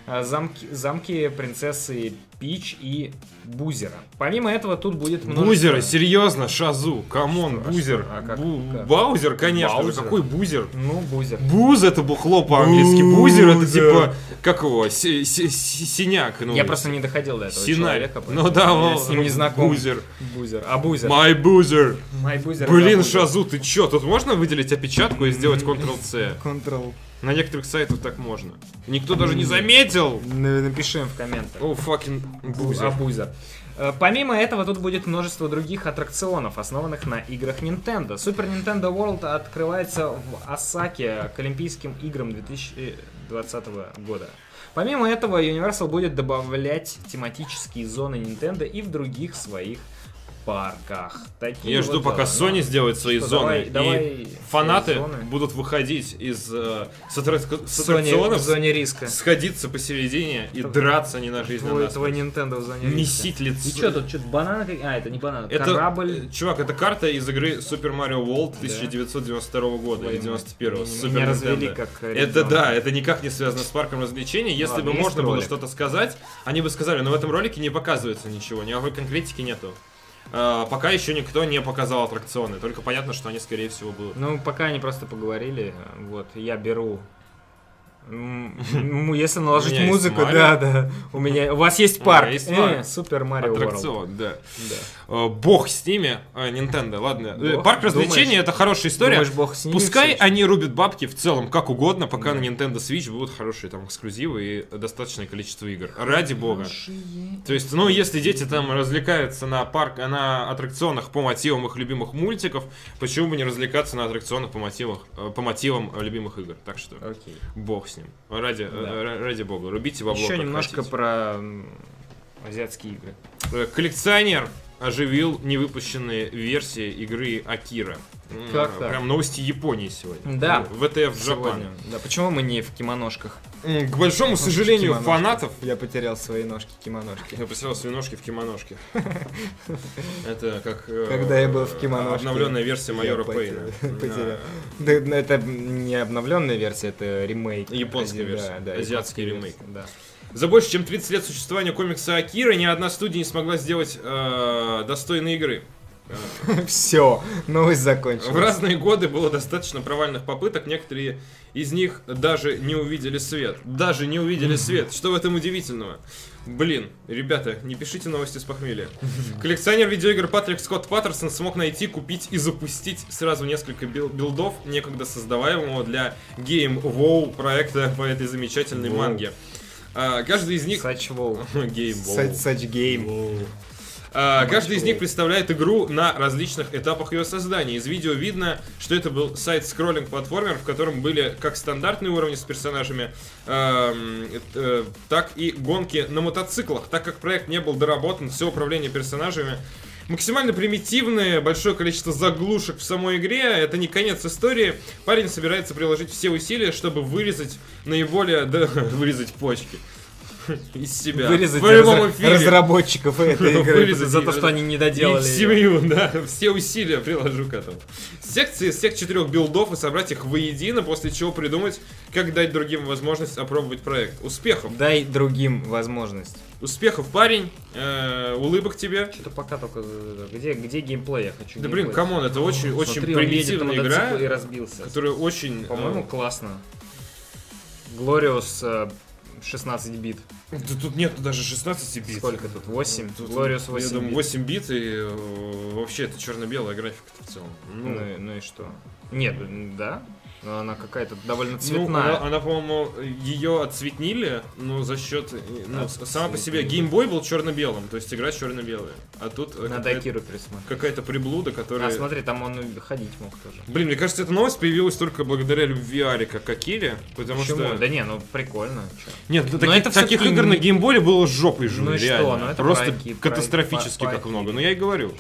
[SPEAKER 2] А, замки, замки принцессы Пич и Бузера. Помимо этого, тут будет множество...
[SPEAKER 1] Бузеры, серьезно, Шазу, камон,
[SPEAKER 2] Что, а
[SPEAKER 1] бузер.
[SPEAKER 2] что, а как-
[SPEAKER 1] Бу-
[SPEAKER 2] как?
[SPEAKER 1] Баузер, конечно же,
[SPEAKER 2] Баузер?
[SPEAKER 1] какой бузер?
[SPEAKER 2] Ну, Бузер.
[SPEAKER 1] Буз это бухло по-английски. Бузер это
[SPEAKER 2] Бузер.
[SPEAKER 1] типа, как его, си- си- си- синяк. Ну,
[SPEAKER 2] Я просто не доходил до этого
[SPEAKER 1] Синари.
[SPEAKER 2] человека. поэтому
[SPEAKER 1] Ну да,
[SPEAKER 2] я
[SPEAKER 1] он-
[SPEAKER 2] с ним не знаком.
[SPEAKER 1] Бузер.
[SPEAKER 2] Бузер. А Бузер?
[SPEAKER 1] My бузер.
[SPEAKER 2] Май Бузер.
[SPEAKER 1] Блин,
[SPEAKER 2] это Бузер.
[SPEAKER 1] Шазу, ты чё? Тут можно выделить опечатку и сделать Ctrl-C?
[SPEAKER 2] Control.
[SPEAKER 1] На некоторых сайтах так можно. Никто даже не заметил.
[SPEAKER 2] Н- Напиши им в комментах.
[SPEAKER 1] О, факин
[SPEAKER 2] А,
[SPEAKER 1] бузер.
[SPEAKER 2] Бузер. Э, Помимо этого, тут будет множество других аттракционов, основанных на играх Nintendo. Super Nintendo World открывается в Осаке к Олимпийским играм 2020 года. Помимо этого, Universal будет добавлять тематические зоны Nintendo и в других своих парках. Такие
[SPEAKER 1] Я
[SPEAKER 2] вот
[SPEAKER 1] жду, пока
[SPEAKER 2] дела.
[SPEAKER 1] Sony сделает свои
[SPEAKER 2] Что,
[SPEAKER 1] зоны.
[SPEAKER 2] давай- давай
[SPEAKER 1] И
[SPEAKER 2] свои
[SPEAKER 1] фанаты
[SPEAKER 2] зоны.
[SPEAKER 1] будут выходить из э, с аттрак- с
[SPEAKER 2] Sony в
[SPEAKER 1] аттракционов,
[SPEAKER 2] зоне риска.
[SPEAKER 1] сходиться посередине и
[SPEAKER 2] Твой-
[SPEAKER 1] драться не на жизнь, а
[SPEAKER 2] Твой,
[SPEAKER 1] на
[SPEAKER 2] твой
[SPEAKER 1] смерть.
[SPEAKER 2] Nintendo в зоне риска.
[SPEAKER 1] Месить лицо.
[SPEAKER 2] И что тут, что-то банан? как- А, это не банан,
[SPEAKER 1] Это,
[SPEAKER 2] корабль.
[SPEAKER 1] э, Чувак, это карта из игры Super Mario World 1992 года
[SPEAKER 2] Ой,
[SPEAKER 1] или 91
[SPEAKER 2] меня-
[SPEAKER 1] с Super
[SPEAKER 2] меня развели
[SPEAKER 1] Nintendo.
[SPEAKER 2] как, э,
[SPEAKER 1] Это
[SPEAKER 2] ребенка.
[SPEAKER 1] да, это никак не связано с парком развлечений. Если
[SPEAKER 2] Ладно,
[SPEAKER 1] бы
[SPEAKER 2] есть
[SPEAKER 1] можно было
[SPEAKER 2] ролик.
[SPEAKER 1] что-то сказать, они бы сказали, но в этом ролике не показывается ничего, никакой конкретики нету. А, пока еще никто не показал аттракционы, только понятно, что они скорее всего будут.
[SPEAKER 2] Ну, пока они просто поговорили, вот, я беру. М, м, Если
[SPEAKER 1] У
[SPEAKER 2] наложить
[SPEAKER 1] меня есть
[SPEAKER 2] музыку,
[SPEAKER 1] Марио.
[SPEAKER 2] да, да. У меня, у вас есть
[SPEAKER 1] У
[SPEAKER 2] парк.
[SPEAKER 1] меня есть
[SPEAKER 2] Э,
[SPEAKER 1] парк.
[SPEAKER 2] Супер Марио World.
[SPEAKER 1] Аттракцион, да.
[SPEAKER 2] Да.
[SPEAKER 1] Э, Бог с ними, э, Nintendo, ладно. Э,
[SPEAKER 2] Бог,
[SPEAKER 1] Парк развлечений
[SPEAKER 2] думаешь?
[SPEAKER 1] это хорошая история.
[SPEAKER 2] Думаешь, бог с ними
[SPEAKER 1] Пускай
[SPEAKER 2] всё?
[SPEAKER 1] они рубят бабки в целом как угодно, пока
[SPEAKER 2] Да.
[SPEAKER 1] на Nintendo Switch будут хорошие там эксклюзивы и достаточное количество игр. Ради
[SPEAKER 2] Ну,
[SPEAKER 1] бога. То есть, ну, если дети там развлекаются на парк, на аттракционах по мотивам их любимых мультиков, почему бы не развлекаться на аттракционах по мотивах, э, по мотивам э, любимых игр? Так что,
[SPEAKER 2] Окей.
[SPEAKER 1] бог с ним. Ради, э,
[SPEAKER 2] Да.
[SPEAKER 1] ра- ради бога, рубите бабло.
[SPEAKER 2] Еще
[SPEAKER 1] как
[SPEAKER 2] немножко
[SPEAKER 1] хотите.
[SPEAKER 2] про м, азиатские игры.
[SPEAKER 1] Э, Коллекционер оживил невыпущенные версии игры Акира. М,
[SPEAKER 2] Как так?
[SPEAKER 1] Прям новости Японии сегодня.
[SPEAKER 2] Да.
[SPEAKER 1] Ну, ВТФ Japan.
[SPEAKER 2] Сегодня. Да, почему мы не в кимоножках?
[SPEAKER 1] М, К
[SPEAKER 2] Ну,
[SPEAKER 1] большому сожалению
[SPEAKER 2] кимоножки.
[SPEAKER 1] фанатов...
[SPEAKER 2] Я потерял свои ножки кимоножки.
[SPEAKER 1] Я потерял свои ножки в кимоножке. Это как... э,
[SPEAKER 2] Когда я был в кимоножке,
[SPEAKER 1] Обновленная версия майора
[SPEAKER 2] потерял-
[SPEAKER 1] Пейна.
[SPEAKER 2] потерял.
[SPEAKER 1] Да.
[SPEAKER 2] Да, ну, это не обновленная версия, это ремейк.
[SPEAKER 1] Японская
[SPEAKER 2] Ази- да,
[SPEAKER 1] версия.
[SPEAKER 2] да,
[SPEAKER 1] Азиатский
[SPEAKER 2] японская
[SPEAKER 1] ремейк.
[SPEAKER 2] версия, Да.
[SPEAKER 1] За больше чем 30 лет существования комикса Акира ни одна студия не смогла сделать э, достойной игры.
[SPEAKER 2] Все, новость закончилась.
[SPEAKER 1] В разные годы было достаточно провальных попыток, некоторые из них даже не увидели свет. Даже не увидели свет. Что в этом удивительного? Блин, ребята, не пишите новости с похмелья. Коллекционер видеоигр Патрик Скотт Паттерсон смог найти, купить и запустить сразу несколько бил- билдов, некогда создаваемого для Game Wow проекта по этой замечательной
[SPEAKER 2] Wow.
[SPEAKER 1] манге. А, каждый из них...
[SPEAKER 2] Such wow.
[SPEAKER 1] Game Wow.
[SPEAKER 2] Such, such game.
[SPEAKER 1] А, Каждый из них представляет игру на различных этапах ее создания. Из видео видно, что это был сайт-скроллинг-платформер, в котором были как стандартные уровни с персонажами, эм, э, так и гонки на мотоциклах. Так как проект не был доработан, все управление персонажами максимально примитивные, большое количество заглушек в самой игре, это не конец истории. Парень собирается приложить все усилия, чтобы вырезать наиболее... да, вырезать почки. из себя.
[SPEAKER 2] Вырезать
[SPEAKER 1] в прямом
[SPEAKER 2] разра-
[SPEAKER 1] эфире.
[SPEAKER 2] разработчиков этой игры
[SPEAKER 1] Вырезать
[SPEAKER 2] за то,
[SPEAKER 1] их,
[SPEAKER 2] что они не
[SPEAKER 1] Их
[SPEAKER 2] доделали. её.
[SPEAKER 1] семью, да, все усилия приложу к этому. Секции из всех четырех билдов и собрать их воедино, после чего придумать, как дать другим возможность опробовать проект. Успехов!
[SPEAKER 2] Дай другим возможность.
[SPEAKER 1] Успехов, парень! Э, улыбок тебе!
[SPEAKER 2] Что-то пока только... Где, где геймплей? Я хочу
[SPEAKER 1] Да блин, камон, это очень, очень примитивная
[SPEAKER 2] И
[SPEAKER 1] игра,
[SPEAKER 2] разбился.
[SPEAKER 1] которая очень... э,
[SPEAKER 2] По-моему, классно. Глориус 16 бит.
[SPEAKER 1] да тут нету даже 16 бит. Ну,
[SPEAKER 2] Сколько тут? 8?
[SPEAKER 1] Тут,
[SPEAKER 2] Глориус
[SPEAKER 1] Я
[SPEAKER 2] 8
[SPEAKER 1] думаю,
[SPEAKER 2] бит.
[SPEAKER 1] 8 бит, и э, вообще это черно-белая графика в целом. Ну,
[SPEAKER 2] Ну, и- ну и что? Нет, м, да? Но она какая-то
[SPEAKER 1] Ну,
[SPEAKER 2] довольно
[SPEAKER 1] она,
[SPEAKER 2] цветная.
[SPEAKER 1] она, по-моему, ее отцветнили, но за счет... э, Ну,
[SPEAKER 2] Отцветнили.
[SPEAKER 1] сама по себе геймбой был черно-белым, то есть игра черно-белая. А тут э,
[SPEAKER 2] Надо
[SPEAKER 1] какая-то,
[SPEAKER 2] Акиру пересмотреть.
[SPEAKER 1] какая-то приблуда, которая...
[SPEAKER 2] А, смотри, там он и ходить мог тоже.
[SPEAKER 1] Блин, мне кажется, эта новость появилась только благодаря любви Арика к Акире, потому
[SPEAKER 2] Почему?
[SPEAKER 1] что...
[SPEAKER 2] Да не, ну прикольно. чё.
[SPEAKER 1] Нет,
[SPEAKER 2] Но
[SPEAKER 1] таки-
[SPEAKER 2] это
[SPEAKER 1] таких
[SPEAKER 2] всё-таки
[SPEAKER 1] игр на
[SPEAKER 2] не-
[SPEAKER 1] геймболе было жопой же,
[SPEAKER 2] Ну и что?
[SPEAKER 1] реально.
[SPEAKER 2] Ну это
[SPEAKER 1] Просто
[SPEAKER 2] проки, проки,
[SPEAKER 1] катастрофически
[SPEAKER 2] проки.
[SPEAKER 1] как много, но я и говорю.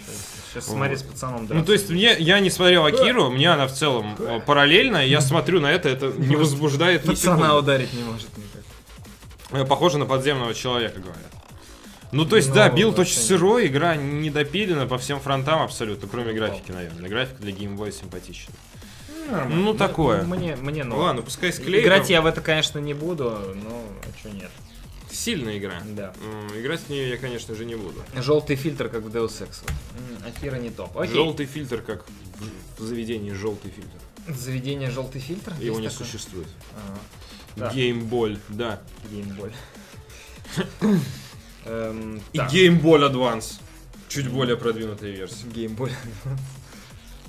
[SPEAKER 2] Сейчас смотри с пацаном, да.
[SPEAKER 1] Ну, то есть, мне, я не смотрел Акиру, мне она в целом э, параллельно,
[SPEAKER 2] Ну.
[SPEAKER 1] я смотрю на это, это не возбуждает ни
[SPEAKER 2] Пацана
[SPEAKER 1] секунды.
[SPEAKER 2] ударить не может никак.
[SPEAKER 1] Э, Похоже на подземного человека, говорят. Ну, то есть,
[SPEAKER 2] Ну,
[SPEAKER 1] да, билд
[SPEAKER 2] вообще
[SPEAKER 1] очень
[SPEAKER 2] нет.
[SPEAKER 1] сырой, игра не допилена по всем фронтам абсолютно, кроме
[SPEAKER 2] Ну,
[SPEAKER 1] графики, наверное. Графика для геймбоя симпатична. Ну, такое.
[SPEAKER 2] Мне, мне ну.
[SPEAKER 1] Ладно, пускай склеит.
[SPEAKER 2] Играть я в это, конечно, не буду, но а чё нет.
[SPEAKER 1] Сильная игра.
[SPEAKER 2] Да.
[SPEAKER 1] М, Играть в нее я, конечно же, не буду.
[SPEAKER 2] Желтый фильтр, как в Deus Ex. вот. М, Акира не топ. Окей.
[SPEAKER 1] Желтый фильтр, как в- в заведении желтый фильтр.
[SPEAKER 2] Заведение желтый фильтр?
[SPEAKER 1] Его
[SPEAKER 2] Есть
[SPEAKER 1] не
[SPEAKER 2] такое? А,
[SPEAKER 1] существует.
[SPEAKER 2] Ага. Да.
[SPEAKER 1] Геймболь, да.
[SPEAKER 2] Геймболь. Эм,
[SPEAKER 1] И
[SPEAKER 2] так.
[SPEAKER 1] геймболь Advance. Чуть более продвинутая версия.
[SPEAKER 2] Геймбой Advance.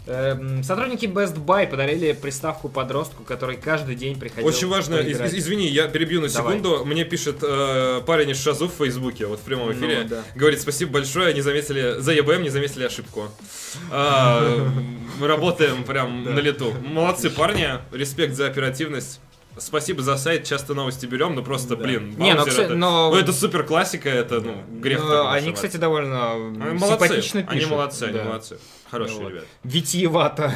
[SPEAKER 2] Эм, Сотрудники Best Buy подарили приставку подростку, который каждый день приходил.
[SPEAKER 1] Очень важно, из-
[SPEAKER 2] поиграть.
[SPEAKER 1] из- извини, я перебью на
[SPEAKER 2] Давай.
[SPEAKER 1] секунду. Мне пишет э, парень из Шазу в Фейсбуке, вот в прямом
[SPEAKER 2] Ну,
[SPEAKER 1] эфире.
[SPEAKER 2] да.
[SPEAKER 1] Говорит, спасибо большое, не заметили, за ЕБМ не заметили ошибку. А, мы работаем прям на лету. Молодцы парни, респект за оперативность. Спасибо за сайт, часто новости берем, но просто,
[SPEAKER 2] Да.
[SPEAKER 1] блин,
[SPEAKER 2] Не, ну,
[SPEAKER 1] Баунсер
[SPEAKER 2] кстати,
[SPEAKER 1] это,
[SPEAKER 2] но-
[SPEAKER 1] ну, это супер классика, это, ну, грех.
[SPEAKER 2] Ну,
[SPEAKER 1] так не
[SPEAKER 2] они,
[SPEAKER 1] ошибаться.
[SPEAKER 2] кстати, довольно
[SPEAKER 1] Они
[SPEAKER 2] м,
[SPEAKER 1] молодцы,
[SPEAKER 2] симпатично
[SPEAKER 1] они
[SPEAKER 2] пишут.
[SPEAKER 1] молодцы, они
[SPEAKER 2] Да.
[SPEAKER 1] молодцы. Хорошие
[SPEAKER 2] Ну вот.
[SPEAKER 1] ребят.
[SPEAKER 2] Витиевато.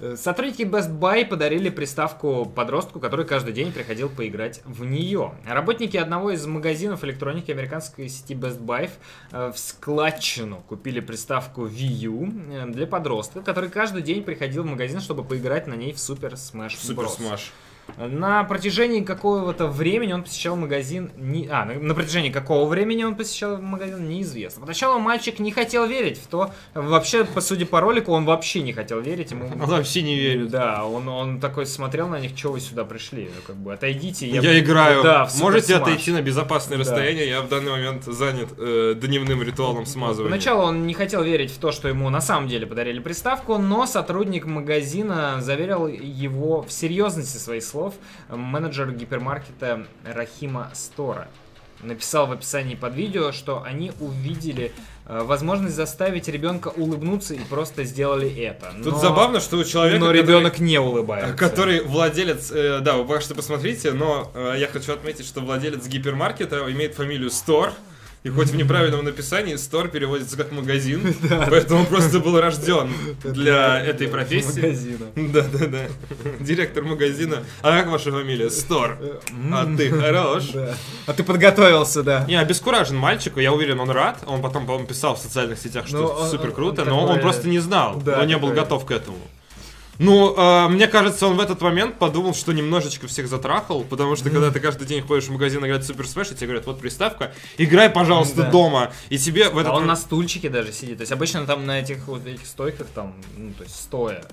[SPEAKER 2] Э, Сотрудники Best Buy подарили приставку подростку, который каждый день приходил поиграть в нее. Работники одного из магазинов электроники американской сети Best Buy э, в складчину купили приставку Wii U э, для подростка, который каждый день приходил в магазин, чтобы поиграть на ней в Super Smash
[SPEAKER 1] Супер
[SPEAKER 2] Bros.
[SPEAKER 1] смаш.
[SPEAKER 2] На протяжении какого-то времени он посещал магазин... Не... А, на, на протяжении какого времени он посещал магазин, неизвестно. Поначалу мальчик не хотел верить в то... Вообще, по судя по ролику, он вообще не хотел верить. Ему...
[SPEAKER 1] Он вообще не верит.
[SPEAKER 2] Да, он, он такой смотрел на них, что вы сюда пришли, Ну, как бы отойдите.
[SPEAKER 1] Я, играю.
[SPEAKER 2] Да, в Super
[SPEAKER 1] Можете
[SPEAKER 2] Smash.
[SPEAKER 1] отойти на безопасное
[SPEAKER 2] Да.
[SPEAKER 1] расстояние? Я в данный момент занят э, дневным ритуалом смазывания.
[SPEAKER 2] Сначала он не хотел верить в то, что ему на самом деле подарили приставку, но сотрудник магазина заверил его в серьезности своих слов менеджер гипермаркета Рахима Стора. Написал в описании под видео, что они увидели э, возможность заставить ребенка улыбнуться и просто сделали это.
[SPEAKER 1] Тут
[SPEAKER 2] Но-
[SPEAKER 1] забавно, что у человека,
[SPEAKER 2] но
[SPEAKER 1] который-
[SPEAKER 2] ребенок не улыбается.
[SPEAKER 1] Э, который владелец, э, да, вы пока что посмотрите, но э, я хочу отметить, что владелец гипермаркета имеет фамилию Стор. И хоть в неправильном написании Стор переводится как магазин, поэтому он просто был рожден для этой профессии.
[SPEAKER 2] Магазина.
[SPEAKER 1] Да, да, да. Директор магазина. А как ваша фамилия? Стор. А
[SPEAKER 2] М,
[SPEAKER 1] ты хорош.
[SPEAKER 2] да. А ты подготовился, да.
[SPEAKER 1] Не, обескуражен мальчику, я уверен, он рад. Он потом, по-моему, писал в социальных сетях, что
[SPEAKER 2] Ну, он-
[SPEAKER 1] супер круто,
[SPEAKER 2] он
[SPEAKER 1] но он
[SPEAKER 2] такой-
[SPEAKER 1] просто не знал,
[SPEAKER 2] Да,
[SPEAKER 1] он не был
[SPEAKER 2] такой-
[SPEAKER 1] готов к этому. Ну, э, мне кажется, он в этот момент подумал, что немножечко всех затрахал, потому что когда ты каждый день ходишь в магазин играть в Супер Smash, и тебе говорят, вот приставка, играй, пожалуйста,
[SPEAKER 2] Да.
[SPEAKER 1] дома. И тебе в этот
[SPEAKER 2] А он на
[SPEAKER 1] момент-
[SPEAKER 2] стульчике даже сидит. То есть обычно там на этих вот этих стойках там, ну, то есть стоя.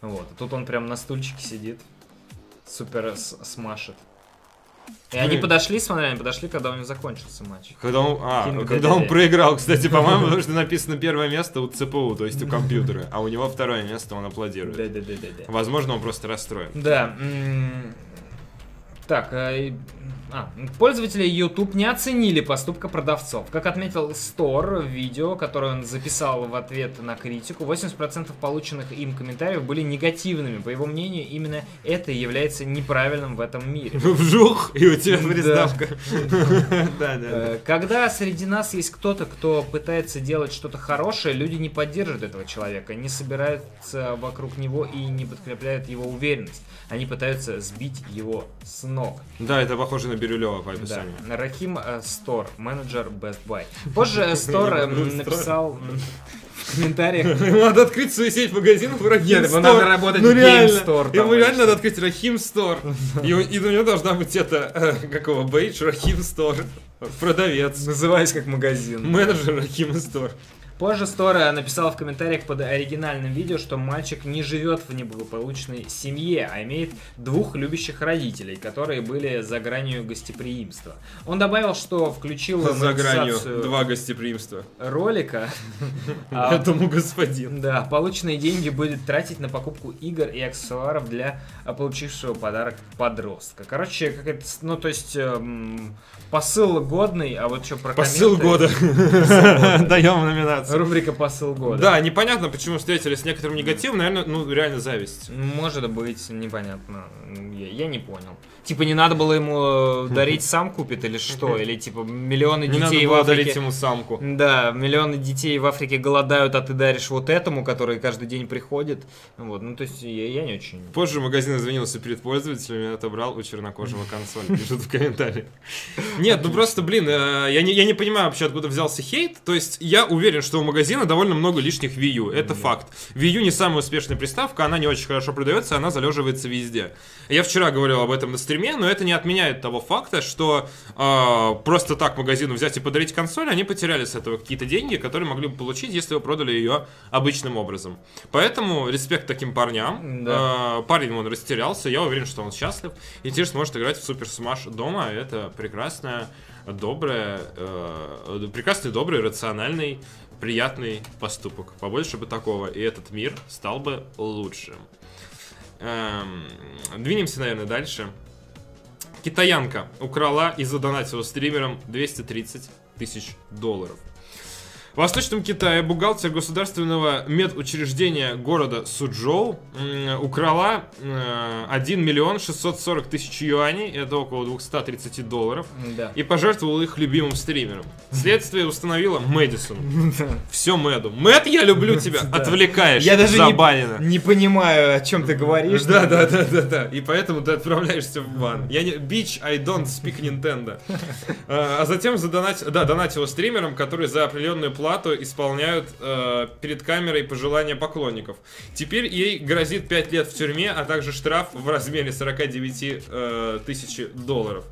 [SPEAKER 2] Вот. А тут он прям на стульчике сидит. Супер с- смашет. И они
[SPEAKER 1] Блин.
[SPEAKER 2] подошли, смотри, они подошли, когда у него закончился матч.
[SPEAKER 1] Когда он, а,
[SPEAKER 2] Кинг
[SPEAKER 1] когда он
[SPEAKER 2] Дэдди.
[SPEAKER 1] проиграл, кстати, по-моему, потому что написано первое место у ЦПУ, то есть у компьютера, а у него второе место, он аплодирует.
[SPEAKER 2] Да-да-да-да.
[SPEAKER 1] Возможно, он просто расстроен.
[SPEAKER 2] Да. м, Так, а, и- а, пользователи YouTube не оценили поступка продавцов. Как отметил Store в видео, которое он записал в ответ на критику, 80% полученных им комментариев были негативными. По его мнению, именно это и является неправильным в этом мире.
[SPEAKER 1] Вжух, и у тебя
[SPEAKER 2] Да.
[SPEAKER 1] приставка. Да, да, да.
[SPEAKER 2] Э, Когда среди нас есть кто-то, кто пытается делать что-то хорошее, люди не поддерживают этого человека, не собираются вокруг него и не подкрепляют его уверенность. Они пытаются сбить его с ног.
[SPEAKER 1] Да, это похоже на Бирюлева по
[SPEAKER 2] Да.
[SPEAKER 1] описанию.
[SPEAKER 2] Рахим э, Стор, менеджер Best Buy. Позже э, Стор э, м, написал м, в комментариях.
[SPEAKER 1] Надо открыть свою сеть магазинов в Рахим
[SPEAKER 2] Нет, ему
[SPEAKER 1] Store.
[SPEAKER 2] надо работать
[SPEAKER 1] ну,
[SPEAKER 2] в Game
[SPEAKER 1] реально.
[SPEAKER 2] Store там
[SPEAKER 1] Ему
[SPEAKER 2] или
[SPEAKER 1] реально надо
[SPEAKER 2] что-то.
[SPEAKER 1] открыть Рахим Стор. И, у- и у него должна быть это, э, какого, бейдж Рахим Стор. Продавец.
[SPEAKER 2] Называясь как магазин.
[SPEAKER 1] Менеджер Рахим Стор.
[SPEAKER 2] Позже Стора написал в комментариях под оригинальным видео, что мальчик не живет в неблагополучной семье, а имеет двух любящих родителей, которые были за гранью гостеприимства. Он добавил, что включил
[SPEAKER 1] За гранью
[SPEAKER 2] монетизацию
[SPEAKER 1] два гостеприимства.
[SPEAKER 2] ролика. а,
[SPEAKER 1] Этому господину.
[SPEAKER 2] Да, полученные деньги будет тратить на покупку игр и аксессуаров для а, получившего подарок подростка. Короче, как это, с- ну то есть эм, посыл годный, а вот что про
[SPEAKER 1] Посыл года.
[SPEAKER 2] комменты-
[SPEAKER 1] Даем номинацию.
[SPEAKER 2] Рубрика посыл года.
[SPEAKER 1] Да, непонятно, почему встретились с некоторым негативом, наверное, ну реально зависть.
[SPEAKER 2] Может быть, непонятно. Я, я не понял. Типа не надо было ему э, дарить, сам купит или что? Или типа миллионы
[SPEAKER 1] Не надо
[SPEAKER 2] детей в
[SPEAKER 1] было дарить
[SPEAKER 2] Африке...
[SPEAKER 1] ему самку.
[SPEAKER 2] Да, миллионы детей в Африке голодают, а ты даришь вот этому, который каждый день приходит. Вот, ну то есть я, я не очень.
[SPEAKER 1] Позже магазин извинился перед пользователями и отобрал у чернокожего консоль. Пишут в комментариях. Нет, ну просто, блин, э, я не, я не понимаю вообще, откуда взялся хейт. То есть я уверен, что у магазина довольно много лишних Wii U. Это
[SPEAKER 2] Да.
[SPEAKER 1] факт. Wii U не самая успешная приставка, она не очень хорошо продается, она залеживается везде. Я вчера говорил об этом на стриме, но это не отменяет того факта, что а, просто так магазину взять и подарить консоль, они потеряли с этого какие-то деньги, которые могли бы получить, если бы продали ее обычным образом. Поэтому респект таким парням.
[SPEAKER 2] Да.
[SPEAKER 1] А, парень, он растерялся, я уверен, что он счастлив. И теперь сможет играть в Супер Смаш дома, и это прекрасная, добрая, э, прекрасный, добрый, рациональный, приятный поступок. Побольше бы такого, и этот мир стал бы лучшим. Эм, двинемся, наверное, дальше. Китаянка украла и задонатила стримерам 230 тысяч долларов. В Восточном Китае бухгалтер государственного медучреждения города Суджоу м, украла э, 1 миллион 640 тысяч юаней, это около 230 долларов,
[SPEAKER 2] Да.
[SPEAKER 1] и пожертвовала их любимым стримерам. Следствие установило Мэдисон.
[SPEAKER 2] Да.
[SPEAKER 1] Все Мэду. Мэд, я люблю тебя,
[SPEAKER 2] Да.
[SPEAKER 1] отвлекаешь.
[SPEAKER 2] Я даже не-
[SPEAKER 1] забанено.
[SPEAKER 2] Не понимаю, о чем ты говоришь.
[SPEAKER 1] Да, да, да, да, да. И поэтому ты отправляешься в бан. Я не... Bitch, I don't speak Nintendo. Э, А затем задонать... Да, донатил стримерам, которые за определенную плату исполняют э, перед камерой пожелания поклонников. Теперь ей грозит 5 лет в тюрьме, а также штраф в размере 49 э, тысяч долларов.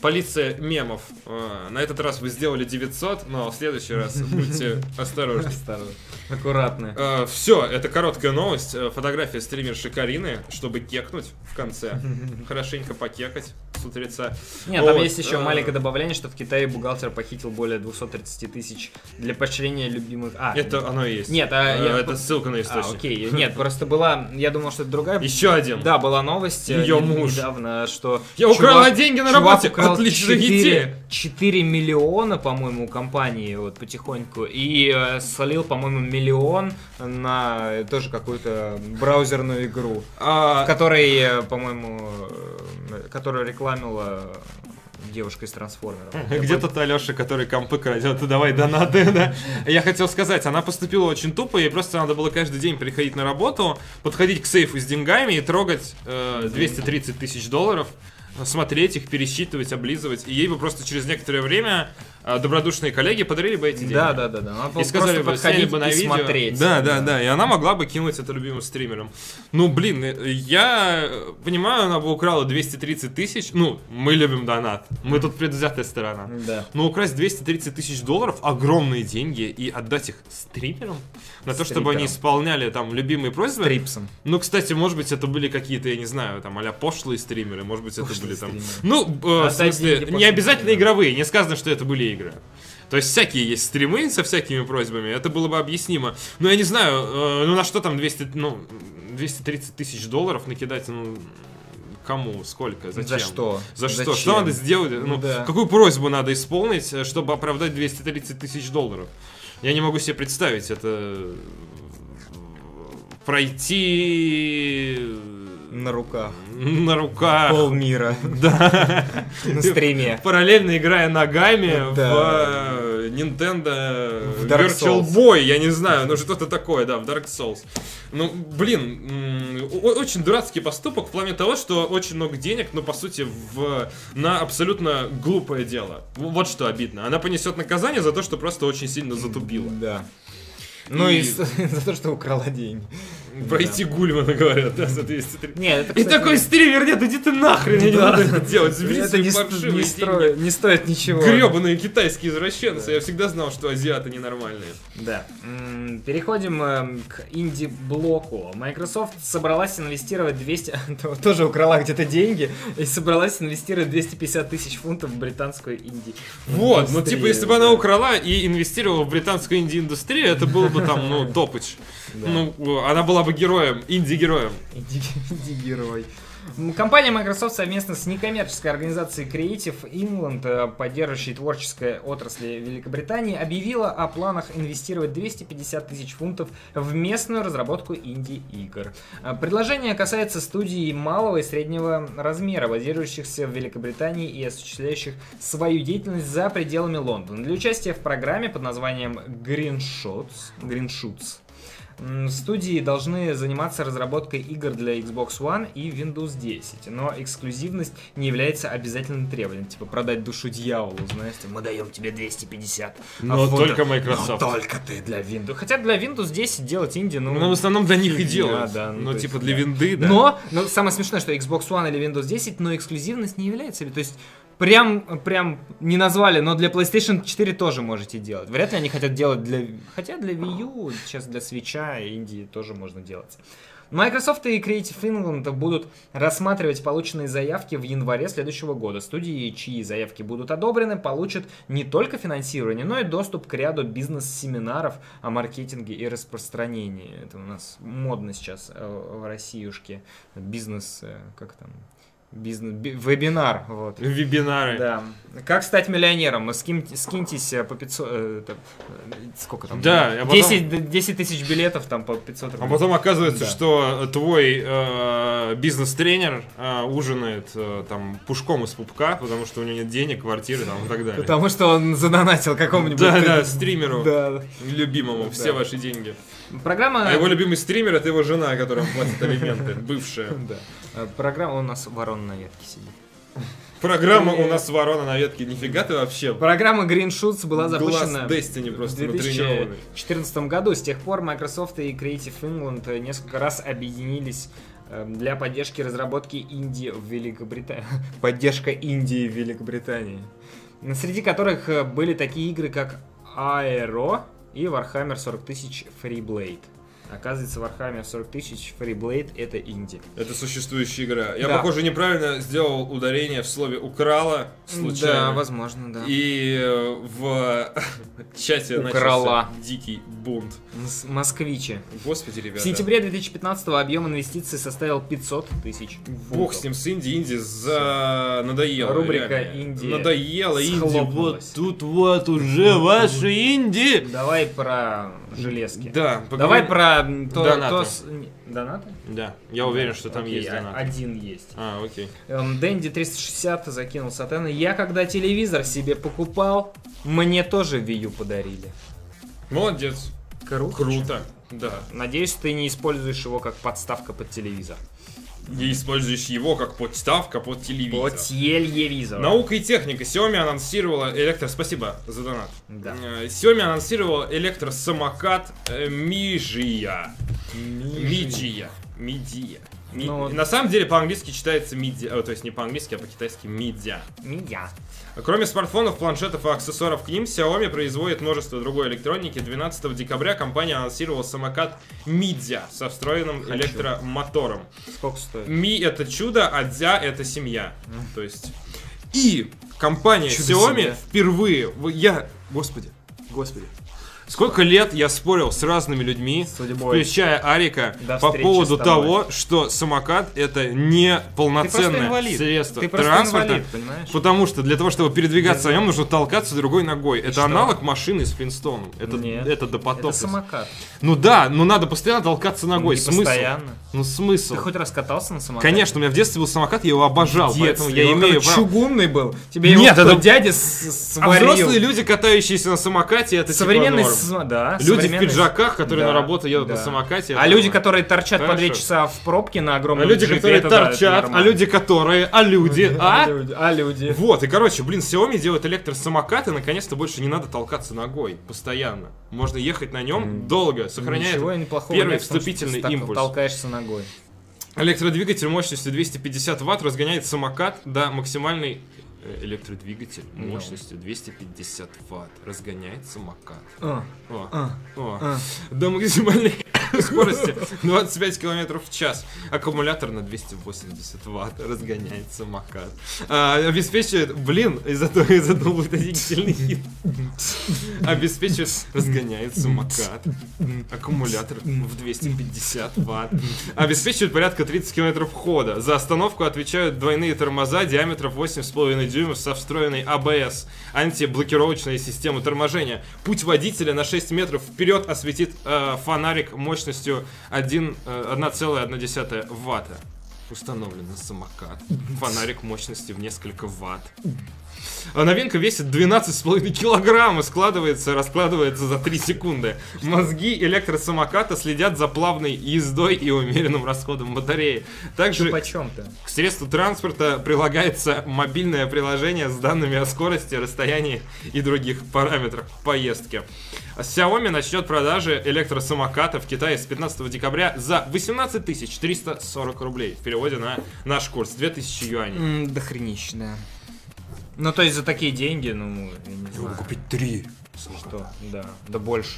[SPEAKER 1] Полиция мемов. Э, На этот раз вы сделали 900, но в следующий раз будьте осторожны.
[SPEAKER 2] Осторожно. Аккуратно.
[SPEAKER 1] Все, Э, это короткая новость. Э, Фотография стримерши Карины, чтобы кекнуть в конце. Хорошенько покекать с утреца.
[SPEAKER 2] Нет, там
[SPEAKER 1] Вот,
[SPEAKER 2] есть еще
[SPEAKER 1] э,
[SPEAKER 2] маленькое добавление, что в Китае бухгалтер похитил более 230 тысяч для поощрения любимых... А,
[SPEAKER 1] Это оно и есть.
[SPEAKER 2] Нет,
[SPEAKER 1] Э,
[SPEAKER 2] а... я-
[SPEAKER 1] Это ссылка на
[SPEAKER 2] А,
[SPEAKER 1] источник.
[SPEAKER 2] окей. Нет, просто была... Я думал, что это другая...
[SPEAKER 1] Еще один.
[SPEAKER 2] А, Да, была новость э,
[SPEAKER 1] Её
[SPEAKER 2] не-
[SPEAKER 1] муж.
[SPEAKER 2] недавно, что...
[SPEAKER 1] Я
[SPEAKER 2] чувак-
[SPEAKER 1] украла деньги на
[SPEAKER 2] чувак
[SPEAKER 1] работе.
[SPEAKER 2] украл
[SPEAKER 1] Отличная
[SPEAKER 2] 4
[SPEAKER 1] идея.
[SPEAKER 2] 4 миллиона, по-моему, у компании вот потихоньку. И э, солил, по-моему, миллион на э, тоже какую-то браузерную игру.
[SPEAKER 1] А,
[SPEAKER 2] В которой, э, по-моему, э, которую рекламила девушка из трансформеров.
[SPEAKER 1] Где тот Алеша, который компы крадет, давай донаты, да? Я хотел сказать, она поступила очень тупо, ей просто надо было каждый день приходить на работу, подходить к сейфу с деньгами и трогать э, 230 тысяч долларов, смотреть их, пересчитывать, облизывать, и ей бы просто через некоторое время э, добродушные коллеги подарили бы эти деньги.
[SPEAKER 2] Да, да, да, да. Она
[SPEAKER 1] И
[SPEAKER 2] просто
[SPEAKER 1] сказали бы, сняли
[SPEAKER 2] подходить
[SPEAKER 1] бы на
[SPEAKER 2] и
[SPEAKER 1] видео.
[SPEAKER 2] смотреть.
[SPEAKER 1] Да, да, да. И она могла бы кинуть это любимым стримером. Ну, блин, э, я э, понимаю, она бы украла 230 тысяч. Ну, мы любим донат. Мы тут предвзятая сторона.
[SPEAKER 2] Да.
[SPEAKER 1] Но украсть 230 тысяч долларов, огромные деньги, и отдать их стримерам на то, чтобы
[SPEAKER 2] Стриперам.
[SPEAKER 1] они исполняли там любимые просьбы.
[SPEAKER 2] Трипсом.
[SPEAKER 1] Ну, кстати, может быть, это были какие-то, я не знаю, там, а пошлые стримеры, может быть, это
[SPEAKER 2] Пошлые
[SPEAKER 1] были там...
[SPEAKER 2] стримеры.
[SPEAKER 1] Ну, э, в
[SPEAKER 2] Отдать
[SPEAKER 1] смысле,
[SPEAKER 2] деньги
[SPEAKER 1] не
[SPEAKER 2] пошлым
[SPEAKER 1] обязательно
[SPEAKER 2] стримерам.
[SPEAKER 1] игровые, не сказано, что это были игры. То есть всякие есть стримы со всякими просьбами, это было бы объяснимо. Но я не знаю, э, ну на что там 200, ну, 230 тысяч долларов накидать, ну, кому, сколько, зачем?
[SPEAKER 2] За что?
[SPEAKER 1] За что?
[SPEAKER 2] Зачем?
[SPEAKER 1] Что надо сделать? Ну,
[SPEAKER 2] Да.
[SPEAKER 1] Какую просьбу надо исполнить, э, чтобы оправдать 230 тысяч долларов? Я не могу себе представить это э, пройти э,
[SPEAKER 2] На руках.
[SPEAKER 1] На руках.
[SPEAKER 2] Полмира.
[SPEAKER 1] Да.
[SPEAKER 2] На стриме.
[SPEAKER 1] Параллельно играя ногами
[SPEAKER 2] Да.
[SPEAKER 1] в э, Nintendo
[SPEAKER 2] В Dark
[SPEAKER 1] Virtual
[SPEAKER 2] Souls.
[SPEAKER 1] Boy, я не знаю, ну что-то такое, да, в Dark Souls. Ну, блин, м, о- очень дурацкий поступок в плане того, что очень много денег, ну, по сути, в, на абсолютно глупое дело. В- Вот что обидно. Она понесет наказание за то, что просто очень сильно затупила.
[SPEAKER 2] Да. Ну и
[SPEAKER 1] И-
[SPEAKER 2] с- за то, что украла деньги.
[SPEAKER 1] Пройти Гульмана, говорят, да, за 203.
[SPEAKER 2] Нет, это,
[SPEAKER 1] И такой стример, нет, иди ты нахрен, я не
[SPEAKER 2] Да.
[SPEAKER 1] надо это делать, забери
[SPEAKER 2] это
[SPEAKER 1] свои
[SPEAKER 2] не,
[SPEAKER 1] паршивые деньги.
[SPEAKER 2] стоит, не стоит ничего.
[SPEAKER 1] Гребаные китайские извращенцы. Я всегда знал, что азиаты ненормальные.
[SPEAKER 2] Да. М, Переходим эм, к инди-блоку. Microsoft собралась инвестировать 200... то- Тоже украла где-то деньги и собралась инвестировать 250 тысяч фунтов в британскую инди.
[SPEAKER 1] Вот, ну
[SPEAKER 2] индустрию,
[SPEAKER 1] типа, если бы она
[SPEAKER 2] да.
[SPEAKER 1] украла и инвестировала в британскую инди-индустрию, это было бы там, ну, топыч.
[SPEAKER 2] Да.
[SPEAKER 1] Ну, э, она была бы героем, инди-героем.
[SPEAKER 2] Инди- Инди-герой. М, Компания Microsoft совместно с некоммерческой организацией Creative England, э, поддерживающей творческое отрасли Великобритании, объявила о планах инвестировать 250 тысяч фунтов в местную разработку инди-игр. А, Предложение касается студий малого и среднего размера, базирующихся в Великобритании и осуществляющих свою деятельность за пределами Лондона. Для участия в программе под названием Green Shots, Green Shoots М, Студии должны заниматься разработкой игр для Xbox One и Windows 10, но эксклюзивность не является обязательным требованием. Типа продать душу дьяволу, знаешь, ты, мы даем тебе 250.
[SPEAKER 1] Но
[SPEAKER 2] фунтов,
[SPEAKER 1] а только
[SPEAKER 2] но
[SPEAKER 1] Microsoft.
[SPEAKER 2] только ты для Windows. Хотя для Windows 10 делать инди, ну...
[SPEAKER 1] Ну, в основном для них и
[SPEAKER 2] Да,
[SPEAKER 1] делают.
[SPEAKER 2] да, ну,
[SPEAKER 1] Ну,
[SPEAKER 2] то есть,
[SPEAKER 1] типа, для
[SPEAKER 2] да.
[SPEAKER 1] винды, да.
[SPEAKER 2] Но, но самое смешное, что Xbox One или Windows 10, но эксклюзивность не является. То есть прям, прям не назвали, но для PlayStation 4 тоже можете делать. Вряд ли они хотят делать для... Хотя для Wii U, сейчас для Switch и Индии тоже можно делать. Microsoft и Creative England будут рассматривать полученные заявки в январе следующего года. Студии, чьи заявки будут одобрены, получат не только финансирование, но и доступ к ряду бизнес-семинаров о маркетинге и распространении. Это у нас модно сейчас э, в Россиюшке. Бизнес, э, как там, бизнес, би- вебинар, вот.
[SPEAKER 1] Вебинары.
[SPEAKER 2] Да. Как стать миллионером? Э, Скинь- скиньтесь э, по 500... э, там, э, сколько там?
[SPEAKER 1] Да, а потом-
[SPEAKER 2] 10, 10 тысяч билетов там по 500
[SPEAKER 1] А
[SPEAKER 2] рублей.
[SPEAKER 1] потом оказывается,
[SPEAKER 2] Да.
[SPEAKER 1] что твой э, бизнес-тренер э, ужинает э, там пушком из пупка, потому что у него нет денег, квартиры там и так далее.
[SPEAKER 2] Потому что он задонатил какому-нибудь...
[SPEAKER 1] Да, да, стримеру.
[SPEAKER 2] Да.
[SPEAKER 1] Любимому, все
[SPEAKER 2] Да.
[SPEAKER 1] ваши деньги.
[SPEAKER 2] Программа...
[SPEAKER 1] А его любимый стример это его жена, которая платит алименты, бывшая.
[SPEAKER 2] Да. Э, Программа у нас ворон на ветке сидит.
[SPEAKER 1] Программа у нас ворона на ветке, нифига ты вообще.
[SPEAKER 2] Программа Green Shoots была запущена...
[SPEAKER 1] Глаз Destiny
[SPEAKER 2] В
[SPEAKER 1] просто натренированный.
[SPEAKER 2] 2014 году. С тех пор Microsoft и Creative England э, несколько раз объединились э, для поддержки разработки Индии в Великобритании. Поддержка Индии в Великобритании. М, Среди которых э, были такие игры, как Aero и Warhammer 40 тысяч Freeblade. Оказывается, Warhammer 40 тысяч Freeblade это Инди.
[SPEAKER 1] Это существующая игра. Я,
[SPEAKER 2] Да.
[SPEAKER 1] похоже, неправильно сделал ударение в слове «украла»
[SPEAKER 2] Да,
[SPEAKER 1] случайно.
[SPEAKER 2] возможно, да.
[SPEAKER 1] И э, в чате
[SPEAKER 2] Украла.
[SPEAKER 1] начался дикий бунт.
[SPEAKER 2] Мс- москвичи.
[SPEAKER 1] Господи, ребята.
[SPEAKER 2] В сентябре 2015 объем инвестиций составил 500 тысяч.
[SPEAKER 1] Бог с ним, с Инди, Инди за... надоело.
[SPEAKER 2] Рубрика
[SPEAKER 1] реально.
[SPEAKER 2] «Индия»
[SPEAKER 1] Надоело, Инди, вот
[SPEAKER 2] схлопнулась. М-м-м.
[SPEAKER 1] тут вот уже ваши Инди.
[SPEAKER 2] Давай про железки.
[SPEAKER 1] Да,
[SPEAKER 2] Давай
[SPEAKER 1] поговорим-
[SPEAKER 2] про м, то,
[SPEAKER 1] Донаты.
[SPEAKER 2] то с- не- Донаты?
[SPEAKER 1] Да, я уверен, что там
[SPEAKER 2] Окей,
[SPEAKER 1] есть
[SPEAKER 2] а-
[SPEAKER 1] донат.
[SPEAKER 2] Один есть.
[SPEAKER 1] А, окей.
[SPEAKER 2] Эм, Дэнди 360 закинул сатана. Я когда телевизор себе покупал, мне тоже Вию подарили.
[SPEAKER 1] Молодец.
[SPEAKER 2] Круто.
[SPEAKER 1] Круто. Да.
[SPEAKER 2] Надеюсь, ты не используешь его как подставка под телевизор.
[SPEAKER 1] И используешь его как подставка под телевизор.
[SPEAKER 2] Под телевизор.
[SPEAKER 1] Наука и техника. Xiaomi анонсировала электро... Спасибо за донат.
[SPEAKER 2] Да.
[SPEAKER 1] Э, Xiaomi анонсировала электросамокат э, Мижия. Миджия. Мидия. Ми-
[SPEAKER 2] Ну,
[SPEAKER 1] На самом деле по-английски читается мидия, э, то есть не по-английски, а по-китайски мидия.
[SPEAKER 2] Меня.
[SPEAKER 1] Кроме смартфонов, планшетов и аксессуаров к ним, Xiaomi производит множество другой электроники. 12 декабря компания анонсировала самокат Мидия со встроенным
[SPEAKER 2] Хочу.
[SPEAKER 1] электромотором.
[SPEAKER 2] Сколько стоит?
[SPEAKER 1] Ми это чудо, а дзя это семья. Ну, То есть. И компания
[SPEAKER 2] Чудо
[SPEAKER 1] Xiaomi
[SPEAKER 2] семья.
[SPEAKER 1] впервые. в- Я. Господи. Господи. Сколько лет я спорил с разными людьми,
[SPEAKER 2] судьбой.
[SPEAKER 1] включая Арика,
[SPEAKER 2] До
[SPEAKER 1] по
[SPEAKER 2] встречи
[SPEAKER 1] поводу
[SPEAKER 2] с тобой.
[SPEAKER 1] того, что самокат это не полноценное
[SPEAKER 2] инвалид.
[SPEAKER 1] средство
[SPEAKER 2] Ты просто
[SPEAKER 1] транспорта.
[SPEAKER 2] инвалид, понимаешь?
[SPEAKER 1] Потому что для того, чтобы передвигаться на нем, нужно толкаться другой ногой. Это
[SPEAKER 2] что?
[SPEAKER 1] аналог машины с Флинстоном. Это,
[SPEAKER 2] Нет.
[SPEAKER 1] это до
[SPEAKER 2] Это самокат.
[SPEAKER 1] Ну да, но надо постоянно толкаться ногой.
[SPEAKER 2] Не
[SPEAKER 1] смысл?
[SPEAKER 2] постоянно.
[SPEAKER 1] Ну смысл?
[SPEAKER 2] Ты хоть раз катался на самокате?
[SPEAKER 1] Конечно, у меня в детстве был самокат, я его обожал,
[SPEAKER 2] Детстве.
[SPEAKER 1] поэтому я
[SPEAKER 2] Он
[SPEAKER 1] имею
[SPEAKER 2] такой
[SPEAKER 1] право.
[SPEAKER 2] чугунный был. Тебе
[SPEAKER 1] Нет,
[SPEAKER 2] его
[SPEAKER 1] это-
[SPEAKER 2] кто, дядя с-
[SPEAKER 1] А
[SPEAKER 2] сварил.
[SPEAKER 1] взрослые люди, катающиеся на самокате, это типа
[SPEAKER 2] современный,
[SPEAKER 1] норм.
[SPEAKER 2] с- да,
[SPEAKER 1] Люди в
[SPEAKER 2] современный-
[SPEAKER 1] пиджаках, которые
[SPEAKER 2] Да,
[SPEAKER 1] на работу едут
[SPEAKER 2] да.
[SPEAKER 1] на самокате.
[SPEAKER 2] А
[SPEAKER 1] это
[SPEAKER 2] люди,
[SPEAKER 1] норм.
[SPEAKER 2] которые торчат по две
[SPEAKER 1] Хорошо.
[SPEAKER 2] часа в пробке на
[SPEAKER 1] А
[SPEAKER 2] огромном
[SPEAKER 1] люди,
[SPEAKER 2] джипе,
[SPEAKER 1] которые
[SPEAKER 2] это да, это
[SPEAKER 1] торчат, а
[SPEAKER 2] нормально.
[SPEAKER 1] люди, которые... А люди,
[SPEAKER 2] а
[SPEAKER 1] а?
[SPEAKER 2] люди, а люди.
[SPEAKER 1] Вот, и короче, блин, Xiaomi делает электросамокаты, наконец-то больше не надо толкаться ногой постоянно. Можно ехать на нем долго, сохраняя
[SPEAKER 2] Ничего неплохого
[SPEAKER 1] первый
[SPEAKER 2] нет в том, что ты
[SPEAKER 1] вступительный
[SPEAKER 2] так
[SPEAKER 1] импульс.
[SPEAKER 2] толкаешься ногой.
[SPEAKER 1] Электродвигатель мощностью 250 ватт разгоняет самокат до максимальной... Э, Электродвигатель
[SPEAKER 2] Ну.
[SPEAKER 1] мощностью 250 ватт разгоняет самокат.
[SPEAKER 2] А,
[SPEAKER 1] О,
[SPEAKER 2] а,
[SPEAKER 1] о.
[SPEAKER 2] а.
[SPEAKER 1] До максимальной скорости 25 км в час. Аккумулятор на 280 ватт разгоняет самокат. А, обеспечивает... Блин, из-за того, из-за того это сильный хит. Обеспечивает... Разгоняет самокат. Аккумулятор в 250 ватт. Обеспечивает порядка 30 км хода. За остановку отвечают двойные тормоза диаметром 8,5 дюймов со встроенной АБС. Антиблокировочная система торможения. Путь водителя на 6 метров вперед осветит э, фонарик мощностью 1, э, 1,1 ватта. Установлен на самокат. Фонарик мощностью в несколько ватт. А новинка весит 12,5 килограмм и складывается, раскладывается за 3 секунды. Мозги электросамоката следят за плавной ездой и умеренным расходом батареи.
[SPEAKER 2] Ты
[SPEAKER 1] Также
[SPEAKER 2] почем-то?
[SPEAKER 1] к средству транспорта прилагается мобильное приложение с данными о скорости, расстоянии и других параметрах поездки. Xiaomi начнет продажи электросамоката в Китае с 15 декабря за 18 340 рублей. В переводе на наш курс 2000 юаней.
[SPEAKER 2] Да хренищ, да. Ну, то есть за такие деньги, ну, я не
[SPEAKER 3] Я могу
[SPEAKER 2] знаю.
[SPEAKER 3] купить три,
[SPEAKER 2] Что? Да. Да больше.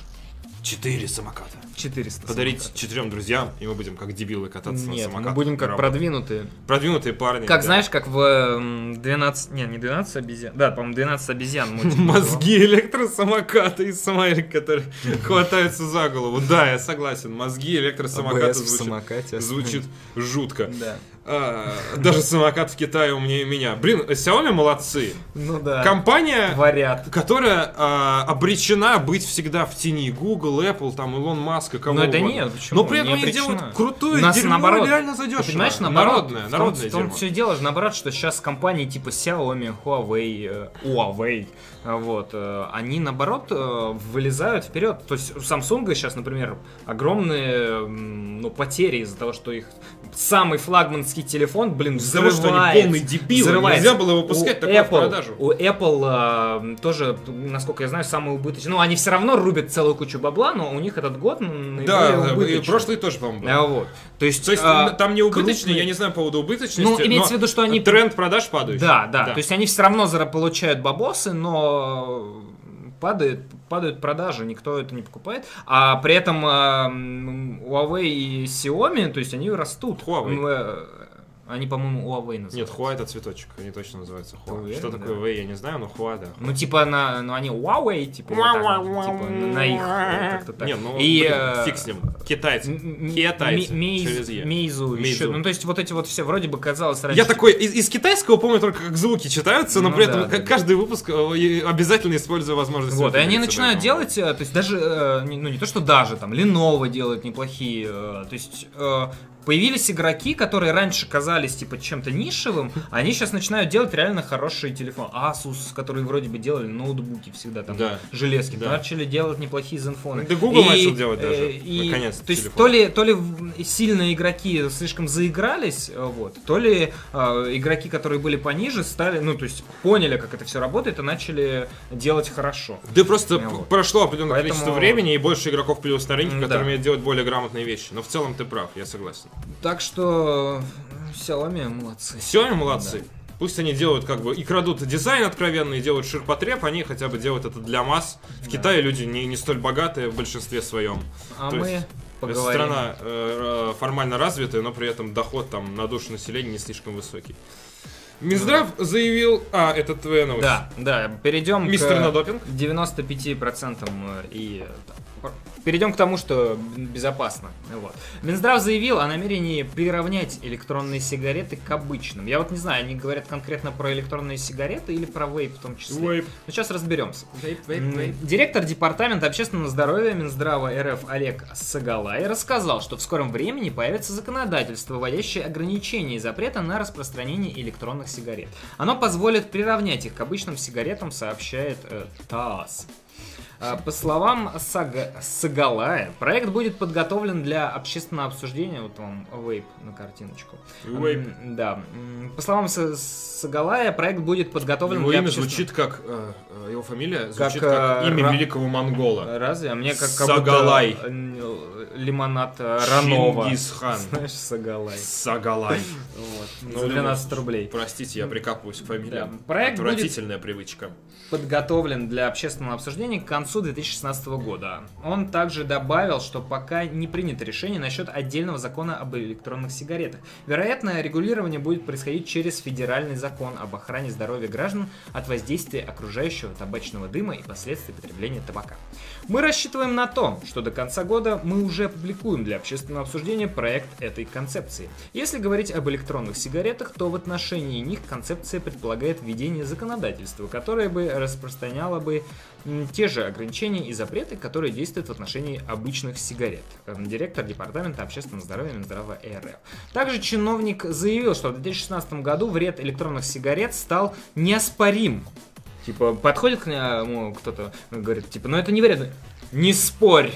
[SPEAKER 3] четыре самоката.
[SPEAKER 2] 400.
[SPEAKER 1] Подарить
[SPEAKER 2] самокатов.
[SPEAKER 1] четырем друзьям, и мы будем как дебилы кататься на
[SPEAKER 2] Нет,
[SPEAKER 1] самокатах.
[SPEAKER 2] мы будем
[SPEAKER 1] на
[SPEAKER 2] как
[SPEAKER 1] работу.
[SPEAKER 2] продвинутые.
[SPEAKER 1] Продвинутые парни.
[SPEAKER 2] Как
[SPEAKER 1] да.
[SPEAKER 2] знаешь, как в эм, 12... Не, не 12 обезьян. Да, по-моему, 12 обезьян мультик был.
[SPEAKER 1] Мозги электросамоката и Самарик, которые хватаются за голову. Да, я согласен. Мозги электросамоката
[SPEAKER 2] АБС в
[SPEAKER 1] звучит,
[SPEAKER 2] самокате.
[SPEAKER 1] звучит жутко.
[SPEAKER 2] Да.
[SPEAKER 1] А, даже самокат в Китае умнее меня. Блин, Xiaomi молодцы.
[SPEAKER 2] Ну да.
[SPEAKER 1] Компания,
[SPEAKER 2] Варят.
[SPEAKER 1] которая а, обречена быть всегда в тени Google, Apple, там, Илон Маска, кого
[SPEAKER 2] Но Ну, это
[SPEAKER 1] угодно.
[SPEAKER 2] нет, почему?
[SPEAKER 1] Но при этом
[SPEAKER 2] Не
[SPEAKER 1] они
[SPEAKER 2] обречена.
[SPEAKER 1] делают крутую
[SPEAKER 2] У нас
[SPEAKER 1] дерьмо
[SPEAKER 2] наоборот.
[SPEAKER 1] реально
[SPEAKER 2] Ты
[SPEAKER 1] задешево.
[SPEAKER 2] понимаешь, наоборот,
[SPEAKER 1] народное,
[SPEAKER 2] в том-
[SPEAKER 1] народное
[SPEAKER 2] в том,
[SPEAKER 1] дерьмо.
[SPEAKER 2] все дело же наоборот, что сейчас компании типа Xiaomi, Huawei, э, Huawei, э, вот, э, они наоборот э, вылезают вперед. То есть у Samsung сейчас, например, огромные м, ну, потери из-за того, что их самый флагманский телефон, блин,
[SPEAKER 1] Из-за того, что они
[SPEAKER 2] взрывается.
[SPEAKER 1] полные дебилы,
[SPEAKER 2] взрывается.
[SPEAKER 1] нельзя было выпускать
[SPEAKER 2] У
[SPEAKER 1] такое в
[SPEAKER 2] Apple-
[SPEAKER 1] продажу.
[SPEAKER 2] У Apple э, тоже, насколько я знаю, самый убыточный. Ну, они все равно рубят целую кучу бабла, но у них этот год наиболее
[SPEAKER 1] Да, и
[SPEAKER 2] убыточный.
[SPEAKER 1] прошлый тоже, по-моему, был.
[SPEAKER 2] Да, вот. То есть,
[SPEAKER 1] А, То есть
[SPEAKER 2] а,
[SPEAKER 1] там не убыточные,
[SPEAKER 2] крупные-
[SPEAKER 1] я не знаю по поводу убыточности.
[SPEAKER 2] Ну, имеется
[SPEAKER 1] но
[SPEAKER 2] в виду, что они...
[SPEAKER 1] Тренд продаж падающий.
[SPEAKER 2] Да, да, То есть они все равно зара- получают бабосы, но падает, падают продажи, никто это не покупает. А при этом эм, Huawei и Xiaomi, то есть они растут.
[SPEAKER 1] Huawei.
[SPEAKER 2] М, э, Они, по-моему, Huawei называются.
[SPEAKER 1] Нет, хуа это цветочек, они точно называются хуа.
[SPEAKER 2] Ты уверен,
[SPEAKER 1] Что такое
[SPEAKER 2] да?
[SPEAKER 1] вэй, я не знаю, но хуа, да.
[SPEAKER 2] Ну, типа, на, ну, они Huawei, типа, вот так вот, типа, на их, э, как-то так.
[SPEAKER 1] Не, ну,
[SPEAKER 2] И,
[SPEAKER 1] блин,
[SPEAKER 2] э,
[SPEAKER 1] фиг с ним. Китайцы.
[SPEAKER 2] м- м-
[SPEAKER 1] Китайцы,
[SPEAKER 2] ми-
[SPEAKER 1] через Е.
[SPEAKER 2] Мейзу, еще,
[SPEAKER 1] Мейзу.
[SPEAKER 2] ну, то есть вот эти вот все, вроде бы, казалось раньше...
[SPEAKER 1] Я такой, из, из китайского помню только как звуки читаются, но
[SPEAKER 2] Ну
[SPEAKER 1] при
[SPEAKER 2] да,
[SPEAKER 1] этом
[SPEAKER 2] да,
[SPEAKER 1] как
[SPEAKER 2] да.
[SPEAKER 1] каждый выпуск э, и обязательно использую возможность.
[SPEAKER 2] Вот, и они
[SPEAKER 1] выделиться,
[SPEAKER 2] начинают
[SPEAKER 1] поэтому.
[SPEAKER 2] делать, э, то есть даже, э, не- ну не то что даже, там, Lenovo делают неплохие, э, то есть э, появились игроки, которые раньше казались типа чем-то нишевым, а они сейчас начинают делать реально хорошие телефоны. Asus, которые вроде бы делали ноутбуки всегда, там,
[SPEAKER 1] Да.
[SPEAKER 2] железки,
[SPEAKER 1] Да.
[SPEAKER 2] начали делать неплохие зенфоны.
[SPEAKER 1] Да Google
[SPEAKER 2] И,
[SPEAKER 1] начал делать даже,
[SPEAKER 2] э, и-
[SPEAKER 1] наконец-то,
[SPEAKER 2] То есть
[SPEAKER 1] телефон.
[SPEAKER 2] то ли, то ли в- сильно игроки слишком заигрались, э, вот, то ли э, игроки, которые были пониже, стали, ну то есть поняли, как это все работает и начали делать хорошо.
[SPEAKER 1] Да просто
[SPEAKER 2] Ну,
[SPEAKER 1] п-
[SPEAKER 2] вот.
[SPEAKER 1] прошло определенное
[SPEAKER 2] Поэтому-
[SPEAKER 1] количество времени и больше игроков появилось на рынке,
[SPEAKER 2] М, да.
[SPEAKER 1] которые умеют делать более грамотные вещи. Но в целом ты прав, я согласен.
[SPEAKER 2] Так что э, Xiaomi молодцы.
[SPEAKER 1] Xiaomi молодцы. Пусть они делают как бы и крадут дизайн откровенно, и делают ширпотреб, они хотя бы делают это для масс. В
[SPEAKER 2] Да.
[SPEAKER 1] Китае люди не, не столь богатые в большинстве своем.
[SPEAKER 2] А
[SPEAKER 1] То
[SPEAKER 2] мы
[SPEAKER 1] есть,
[SPEAKER 2] поговорим.
[SPEAKER 1] Страна э, э, формально развитая, но при этом доход там на душу населения не слишком высокий. Минздрав заявил... А, это твоя новость.
[SPEAKER 2] Да, да, перейдем
[SPEAKER 1] Мистер
[SPEAKER 2] к
[SPEAKER 1] на допинг?
[SPEAKER 2] 95% и э, пр- перейдем к тому, что безопасно. Вот. Минздрав заявил о намерении приравнять электронные сигареты к обычным. Я вот не знаю, они говорят конкретно про электронные сигареты или про вейп в том числе.
[SPEAKER 1] Вейп.
[SPEAKER 2] Ну, сейчас разберемся. М, Директор Департамента общественного здоровья Минздрава РФ Олег Сагалай рассказал, что в скором времени появится законодательство, вводящее ограничения и запреты на распространение электронных сигарет. Оно позволит приравнять их к обычным сигаретам, сообщает э, ТАСС. А, По словам Сага- Сагалая, проект будет подготовлен для общественного обсуждения. Вот вам вейп на картиночку.
[SPEAKER 1] Вейп.
[SPEAKER 2] М, Да. М, По словам Са- Сагалая, проект будет подготовлен
[SPEAKER 1] Его
[SPEAKER 2] для
[SPEAKER 1] имя
[SPEAKER 2] общественного-
[SPEAKER 1] звучит как... э, э, Его фамилия звучит
[SPEAKER 2] Как,
[SPEAKER 1] как
[SPEAKER 2] э,
[SPEAKER 1] имя
[SPEAKER 2] Ра-
[SPEAKER 1] великого монгола.
[SPEAKER 2] Разве? А мне как, как
[SPEAKER 1] Сагалай.
[SPEAKER 2] будто, э, лимонад э, Ранова.
[SPEAKER 1] Чингисхан.
[SPEAKER 2] Знаешь, Сагалай.
[SPEAKER 1] Сагалай.
[SPEAKER 2] Вот.
[SPEAKER 1] Ну,
[SPEAKER 2] За 12
[SPEAKER 1] думаю,
[SPEAKER 2] рублей.
[SPEAKER 1] Простите, я прикапываюсь к фамилиям.
[SPEAKER 2] Да, проект будет-
[SPEAKER 1] Отвратительная привычка.
[SPEAKER 2] Подготовлен для общественного обсуждения к концу 2016 года. Он также добавил, что пока не принято решение насчет отдельного закона об электронных сигаретах. Вероятно, регулирование будет происходить через федеральный закон об охране здоровья граждан от воздействия окружающего табачного дыма и последствий потребления табака. Мы рассчитываем на то, что до конца года мы уже опубликуем для общественного обсуждения проект этой концепции. Если говорить об электронных сигаретах, то в отношении них концепция предполагает введение законодательства, которое бы распространяло бы м, те же ограничения и запреты, которые действуют в отношении обычных сигарет. Эм, Директор Департамента общественного здоровья Минздрава РФ. Также чиновник заявил, что в 2016 году вред электронных сигарет стал неоспорим. Типа, подходит к нему кто-то, говорит, типа, ну это не вредно. Не спорь!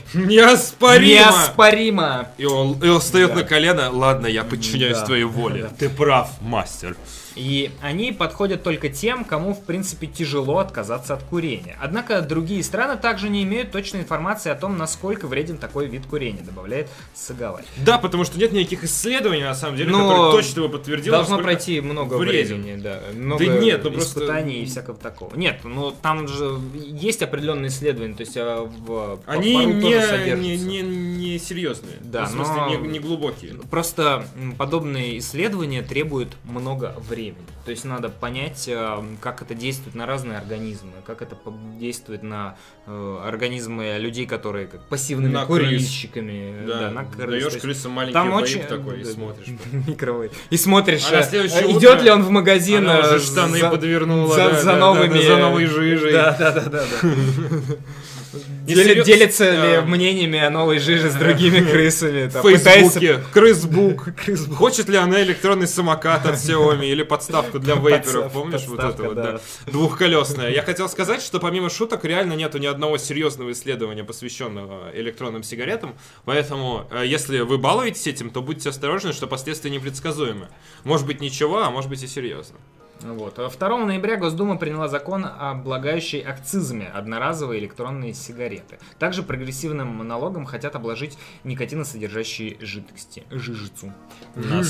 [SPEAKER 2] ну,
[SPEAKER 1] Неоспоримо!
[SPEAKER 2] Неоспоримо!
[SPEAKER 1] И он, и он встает
[SPEAKER 2] Да.
[SPEAKER 1] на колено. Ладно, я подчиняюсь
[SPEAKER 2] Да.
[SPEAKER 1] твоей воле. Ты прав, мастер.
[SPEAKER 2] И они подходят только тем, кому, в принципе, тяжело отказаться от курения. Однако другие страны также не имеют точной информации о том, насколько вреден такой вид курения, добавляет Сагалай.
[SPEAKER 1] Да, потому что нет никаких исследований, на самом деле,
[SPEAKER 2] Но
[SPEAKER 1] которые точно бы подтвердило.
[SPEAKER 2] Ну, Должно
[SPEAKER 1] насколько-
[SPEAKER 2] пройти много
[SPEAKER 1] вреден.
[SPEAKER 2] времени, да. Много
[SPEAKER 1] нет, ну просто-
[SPEAKER 2] испытаний и всякого такого. Нет, ну там же есть определенные исследования, то есть а, в
[SPEAKER 1] Они
[SPEAKER 2] пору тоже
[SPEAKER 1] не,
[SPEAKER 2] содержатся.
[SPEAKER 1] не, не, не серьезные. Ну,
[SPEAKER 2] Да,
[SPEAKER 1] в смысле,
[SPEAKER 2] но-
[SPEAKER 1] не, не глубокие.
[SPEAKER 2] Просто м, подобные исследования требуют много времени. То есть надо понять, э, как это действует на разные организмы, как это по- действует на э, организмы людей, которые как пассивными
[SPEAKER 1] На крыс.
[SPEAKER 2] курильщиками. э,
[SPEAKER 1] Да,
[SPEAKER 2] на крыс. То
[SPEAKER 1] даешь
[SPEAKER 2] есть
[SPEAKER 1] крысам маленький
[SPEAKER 2] Там
[SPEAKER 1] вейп
[SPEAKER 2] очень... э,
[SPEAKER 1] такой и
[SPEAKER 2] да,
[SPEAKER 1] смотришь.
[SPEAKER 2] микровейп. И смотришь,
[SPEAKER 1] А на
[SPEAKER 2] э,
[SPEAKER 1] следующее
[SPEAKER 2] э,
[SPEAKER 1] утро
[SPEAKER 2] идет ли он в магазин
[SPEAKER 1] Она
[SPEAKER 2] э,
[SPEAKER 1] уже штаны
[SPEAKER 2] за-
[SPEAKER 1] подвернула.
[SPEAKER 2] за,
[SPEAKER 1] да,
[SPEAKER 2] за
[SPEAKER 1] да,
[SPEAKER 2] новыми...
[SPEAKER 1] да, да, за новой жижей.
[SPEAKER 2] Да, да, да, да. да.
[SPEAKER 1] Не
[SPEAKER 2] Дели-
[SPEAKER 1] серьез-
[SPEAKER 2] Делится ли
[SPEAKER 1] Да.
[SPEAKER 2] мнениями о новой жиже с другими крысами?
[SPEAKER 1] В
[SPEAKER 2] там, пытается
[SPEAKER 1] Фейсбуке, Крысбук. Хочет ли она электронный самокат от Xiaomi или подставку для вейперов,
[SPEAKER 2] Подстав-
[SPEAKER 1] помнишь вот это вот,
[SPEAKER 2] подставка,
[SPEAKER 1] да? Двухколесная. Я хотел сказать, что помимо шуток реально нету ни одного серьезного исследования, посвященного электронным сигаретам, поэтому э, если вы балуетесь этим, то будьте осторожны, что последствия непредсказуемы. Может быть ничего, а может быть и серьезно.
[SPEAKER 2] Вот. А 2 ноября Госдума приняла закон, облагающий акцизами одноразовые электронные сигареты. Также прогрессивным налогом хотят обложить никотиносодержащие жидкости. Жижицу.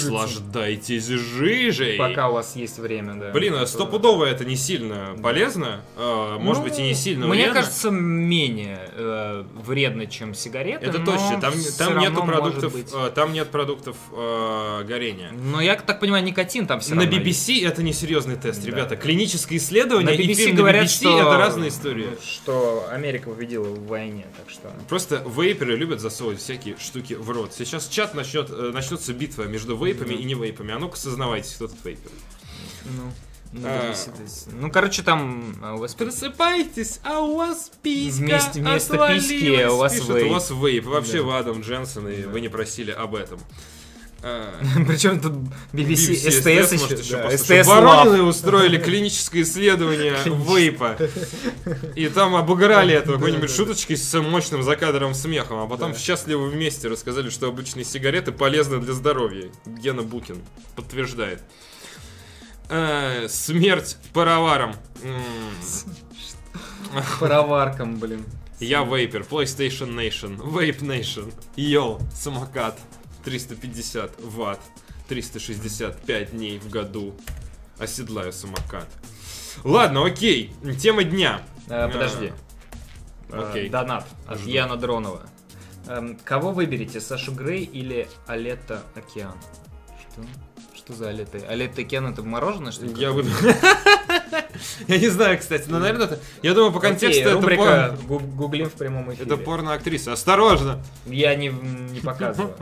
[SPEAKER 1] Наслаждайтесь жижей!
[SPEAKER 2] Пока у вас есть время, да.
[SPEAKER 1] Блин, а
[SPEAKER 2] Это-
[SPEAKER 1] стопудово это не сильно
[SPEAKER 2] Да.
[SPEAKER 1] полезно, э, может
[SPEAKER 2] Ну,
[SPEAKER 1] быть и не сильно
[SPEAKER 2] Мне
[SPEAKER 1] вредно.
[SPEAKER 2] кажется, менее э, вредно, чем сигареты.
[SPEAKER 1] Это
[SPEAKER 2] но
[SPEAKER 1] точно, там,
[SPEAKER 2] всё
[SPEAKER 1] там
[SPEAKER 2] равно
[SPEAKER 1] нету
[SPEAKER 2] может
[SPEAKER 1] продуктов,
[SPEAKER 2] быть.
[SPEAKER 1] э, там нет продуктов э, горения.
[SPEAKER 2] Но я так понимаю, никотин там все
[SPEAKER 1] на
[SPEAKER 2] равно
[SPEAKER 1] BBC
[SPEAKER 2] есть.
[SPEAKER 1] это не серьезный тест,
[SPEAKER 2] Да.
[SPEAKER 1] ребята. Клиническое исследование
[SPEAKER 2] на BBC
[SPEAKER 1] и фильм
[SPEAKER 2] говорят,
[SPEAKER 1] на BBC
[SPEAKER 2] что
[SPEAKER 1] это разные истории.
[SPEAKER 2] Что Америка победила в войне, так что.
[SPEAKER 1] Просто вейперы любят засовывать всякие штуки в рот. Сейчас чат начнет, э, начнется битва между вейпами
[SPEAKER 2] Да.
[SPEAKER 1] и не вейпами. А ну-ка, сознавайтесь, кто тут вейпер.
[SPEAKER 2] Ну, ну,
[SPEAKER 1] А.
[SPEAKER 2] даже сидеть. ну, короче, там а, у вас
[SPEAKER 1] Просыпайтесь, а у вас писька
[SPEAKER 2] Вместо- вместо письки
[SPEAKER 1] отвалилась.
[SPEAKER 2] у вас
[SPEAKER 1] Пишет,
[SPEAKER 2] вейп.
[SPEAKER 1] у вас вейп. Вообще
[SPEAKER 2] Да.
[SPEAKER 1] вы Адам Дженсон, и
[SPEAKER 2] Да.
[SPEAKER 1] вы не просили об этом. А,
[SPEAKER 2] Причем тут BBC,
[SPEAKER 1] BBC,
[SPEAKER 2] STS,
[SPEAKER 1] может,
[SPEAKER 2] еще, да,
[SPEAKER 1] послушать.
[SPEAKER 2] STS Lab.
[SPEAKER 1] Воронины устроили клиническое исследование вейпа. И там обыграли это какой-нибудь шуточкой с мощным закадровым смехом. А потом
[SPEAKER 2] Да.
[SPEAKER 1] счастливо вместе рассказали, что обычные сигареты полезны для здоровья. Гена Букин подтверждает. Э, Смерть пароваром. М,
[SPEAKER 2] Пароварком, блин.
[SPEAKER 1] Я вейпер. PlayStation Nation. Vape Nation. Йоу. Самокат. 350 ватт. 365 дней в году. Оседлаю самокат. Ладно, окей. Тема дня.
[SPEAKER 2] Э, подожди. Э,
[SPEAKER 1] А, Окей.
[SPEAKER 2] Донат от
[SPEAKER 1] Жду.
[SPEAKER 2] Яна Дронова. Эм, Кого выберете, Сашу Грей или Алета Океан? Что? Что за Алет? Алет Текен это мороженое, что ли?
[SPEAKER 1] Я выпил. Я не знаю, кстати, но, наверное, это... Я думаю, по контексту
[SPEAKER 2] Окей,
[SPEAKER 1] это
[SPEAKER 2] рубрика
[SPEAKER 1] порно.
[SPEAKER 2] гу- гуглим в прямом эфире.
[SPEAKER 1] Это порно-актриса. Осторожно!
[SPEAKER 2] Я не, не показываю.